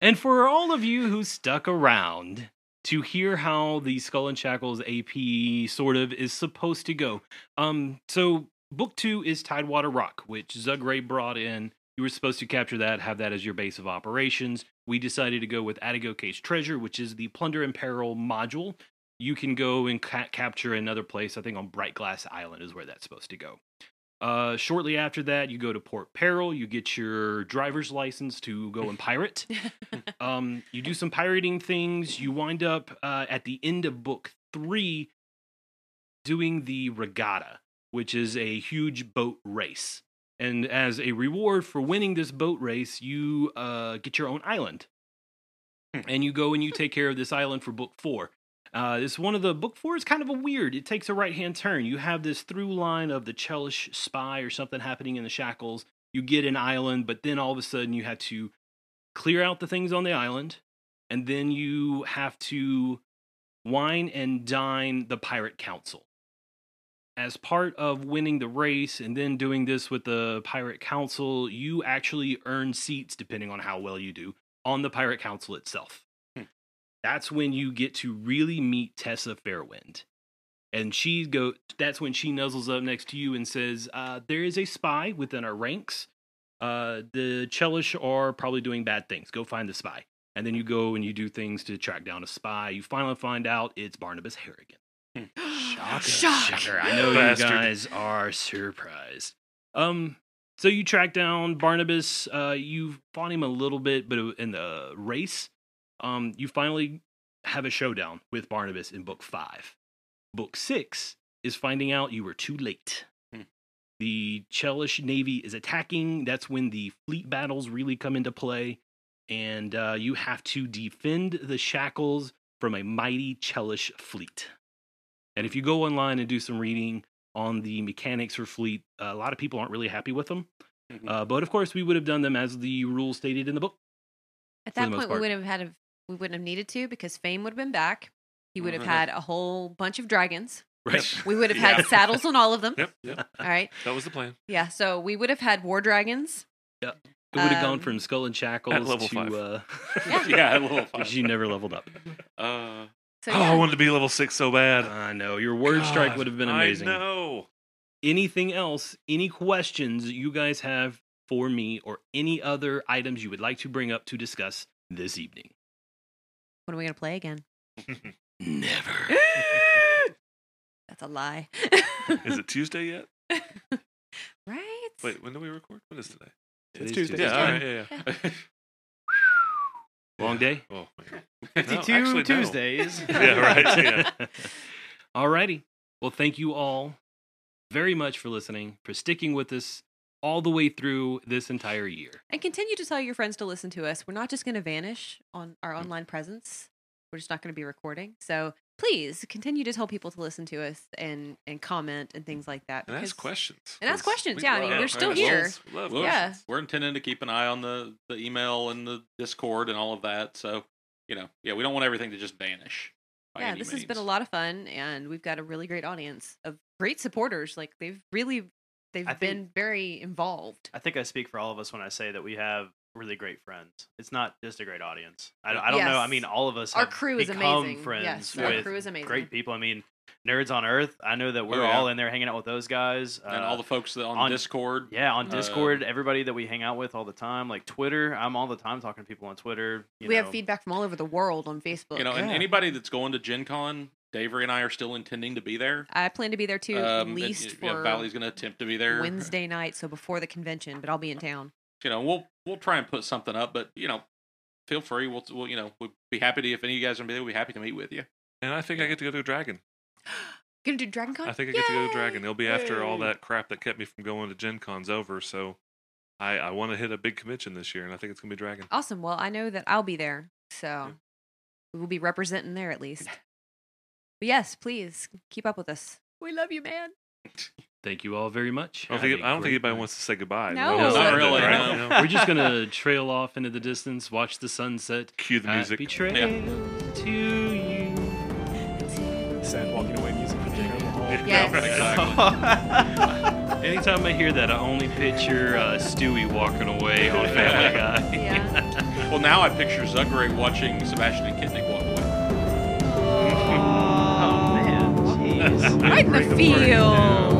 Speaker 2: And for all of you who stuck around to hear how the Skull and Shackles AP sort of is supposed to go, um, so book two is Tidewater Rock, which Zugray brought in. You were supposed to capture that, have that as your base of operations. We decided to go with Atagoke's treasure, which is the Plunder and Peril module. You can go and ca- capture another place. I think on Bright Glass Island is where that's supposed to go. Uh, shortly after that, you go to Port Peril. You get your driver's license to go and pirate. um, you do some pirating things. You wind up uh, at the end of book three doing the regatta, which is a huge boat race. And as a reward for winning this boat race, you uh, get your own island. And you go and you take care of this island for book four. Uh, this one of the book four is kind of a weird. It takes a right hand turn. You have this through line of the Chelish spy or something happening in the shackles. You get an island, but then all of a sudden you have to clear out the things on the island, and then you have to wine and dine the pirate council. As part of winning the race and then doing this with the pirate council, you actually earn seats depending on how well you do on the pirate council itself.
Speaker 3: Hmm.
Speaker 2: That's when you get to really meet Tessa Fairwind. And she go that's when she nuzzles up next to you and says, uh, there is a spy within our ranks. Uh, the Chelish are probably doing bad things. Go find the spy. And then you go and you do things to track down a spy. You finally find out it's Barnabas Harrigan.
Speaker 4: Shocker.
Speaker 2: Shocker. I know
Speaker 7: Bastard.
Speaker 2: you guys are surprised. Um, so you track down Barnabas. Uh, you fought him a little bit, but in the race, um, you finally have a showdown with Barnabas in book five. Book six is finding out you were too late.
Speaker 3: Hmm.
Speaker 2: The Chelish Navy is attacking. That's when the fleet battles really come into play. And uh, you have to defend the shackles from a mighty Chelish fleet. And if you go online and do some reading on the mechanics for Fleet, a lot of people aren't really happy with them.
Speaker 7: Mm-hmm.
Speaker 3: Mhm.
Speaker 2: Uh, but of course, we would have done them as the rules stated in the book.
Speaker 4: At
Speaker 2: for the
Speaker 4: that
Speaker 2: most
Speaker 4: point,
Speaker 2: part.
Speaker 4: we would have had a, we wouldn't have needed to because Fame would have been back. He would have
Speaker 3: Mhm.
Speaker 4: had a whole bunch of dragons.
Speaker 2: Right.
Speaker 4: We would have
Speaker 7: Mm-hmm. Yeah.
Speaker 4: had saddles on all of them.
Speaker 7: Yep, yep.
Speaker 4: All right.
Speaker 7: That was the plan.
Speaker 4: Yeah. So we would have had war dragons.
Speaker 2: It would have
Speaker 4: Um,
Speaker 2: gone from Skull and
Speaker 7: At
Speaker 2: Shackles
Speaker 7: level
Speaker 2: to.
Speaker 7: five.
Speaker 2: Uh,
Speaker 3: yeah, a little
Speaker 2: because
Speaker 3: five.
Speaker 2: you never leveled up.
Speaker 7: Uh,
Speaker 4: So
Speaker 7: oh,
Speaker 4: yeah.
Speaker 7: I wanted to be level six so bad.
Speaker 2: I know. your Uh, word strike would have been amazing.
Speaker 7: I know.
Speaker 2: Anything else, any questions you guys have for me or any other items you would like to bring up to discuss this evening?
Speaker 4: when are we gonna play again?
Speaker 2: Never.
Speaker 4: That's a lie.
Speaker 7: Is it Tuesday yet?
Speaker 4: right?
Speaker 7: Wait, when do we record? What is today?
Speaker 2: Today's
Speaker 5: It's Tuesday.
Speaker 2: Tuesday.
Speaker 7: Yeah, all right, yeah, yeah.
Speaker 2: Long day?
Speaker 7: Oh, man.
Speaker 6: Fifty-two
Speaker 7: actually, no.
Speaker 6: Tuesdays.
Speaker 7: Yeah, right. Yeah.
Speaker 2: Alrighty. Well, thank you all very much for listening, for sticking with us all the way through this entire year.
Speaker 4: And continue to tell your friends to listen to us. We're not just gonna vanish on our
Speaker 7: Mm.
Speaker 4: online presence. We're just not gonna be recording. So please continue to tell people to listen to us and and comment and things like that.
Speaker 7: And ask
Speaker 4: because-
Speaker 7: questions.
Speaker 4: And ask
Speaker 7: 'cause
Speaker 4: questions,
Speaker 7: we
Speaker 4: yeah, I mean,
Speaker 7: love
Speaker 4: we're still
Speaker 7: questions. We Love
Speaker 3: Well,
Speaker 4: Yeah.
Speaker 7: questions.
Speaker 3: We're intending to keep an eye on the, the email and the Discord and all of that. So, you know, yeah, we don't want everything to just vanish. by
Speaker 4: yeah
Speaker 3: any
Speaker 4: this has been a
Speaker 3: means.
Speaker 4: lot of fun and we've got a really great audience of great supporters like they've really they've
Speaker 6: I think-
Speaker 4: been very involved
Speaker 6: I think I speak for all of us when I say that we have really great friends. It's not just a great audience. I, I don't know. I
Speaker 4: Yes.
Speaker 6: mean, all of us.
Speaker 4: Our
Speaker 6: have
Speaker 4: crew is
Speaker 6: become
Speaker 4: amazing.
Speaker 6: Friends
Speaker 4: Yes,
Speaker 3: our
Speaker 6: with
Speaker 4: crew is amazing.
Speaker 6: Great people. I mean, nerds on Earth. I know that we're
Speaker 3: Oh, yeah.
Speaker 6: all in there hanging out with those guys. Uh,
Speaker 3: And all the folks that on,
Speaker 6: on-
Speaker 3: Discord.
Speaker 6: yeah, on
Speaker 3: Uh,
Speaker 6: Discord, everybody that we hang out with all the time, like Twitter. I'm all the time talking to people on Twitter. You
Speaker 4: we
Speaker 6: know.
Speaker 4: have feedback from all over the world on facebook
Speaker 3: You know, and
Speaker 6: Yeah.
Speaker 3: anybody that's going to Gen Con, Davery and I are still intending to be there.
Speaker 4: i plan to be there too at
Speaker 3: Um, and,
Speaker 4: least
Speaker 3: yeah,
Speaker 4: for
Speaker 3: Valley's going to attempt to be there
Speaker 4: wednesday night so before the convention but i'll be in town
Speaker 3: You know, we'll we'll try and put something up, but you know, feel free. We'll, we'll you know, we'd be happy to if any of you guys are gonna be there, we'd be happy to meet with you.
Speaker 7: And I think I get to go to a dragon.
Speaker 4: gonna do dragon con
Speaker 7: I think I get to go to a
Speaker 4: Yay!
Speaker 7: dragon. It'll be after all
Speaker 5: Yay.
Speaker 7: that crap that kept me from going to Gen Con's over. So I, I want to hit a big convention this year, and I think it's going to be dragon.
Speaker 4: awesome well i know that i'll be there so we will be representing there at least but yes please keep up with us we love you man
Speaker 2: Thank you all very much.
Speaker 7: I don't
Speaker 2: Have
Speaker 7: think,
Speaker 2: a
Speaker 7: I don't think
Speaker 2: great
Speaker 7: anybody
Speaker 2: night.
Speaker 7: wants to say goodbye.
Speaker 4: No.
Speaker 7: We're all
Speaker 3: Not
Speaker 7: ended,
Speaker 3: really,
Speaker 7: right?
Speaker 3: no.
Speaker 7: You know?
Speaker 2: We're just gonna trail off into the distance, watch the sunset.
Speaker 7: Cue the
Speaker 2: not
Speaker 7: music.
Speaker 2: Be trailed to you.
Speaker 5: Sad walking away music from Jake Overhaul.
Speaker 4: Yes.
Speaker 2: Anytime I hear that, I only picture uh, Stewie walking away on Family Guy.
Speaker 4: yeah
Speaker 3: Well, now I picture Zugray watching Sebastian and Kitnick walk away.
Speaker 6: Oh man, jeez.
Speaker 4: right in the field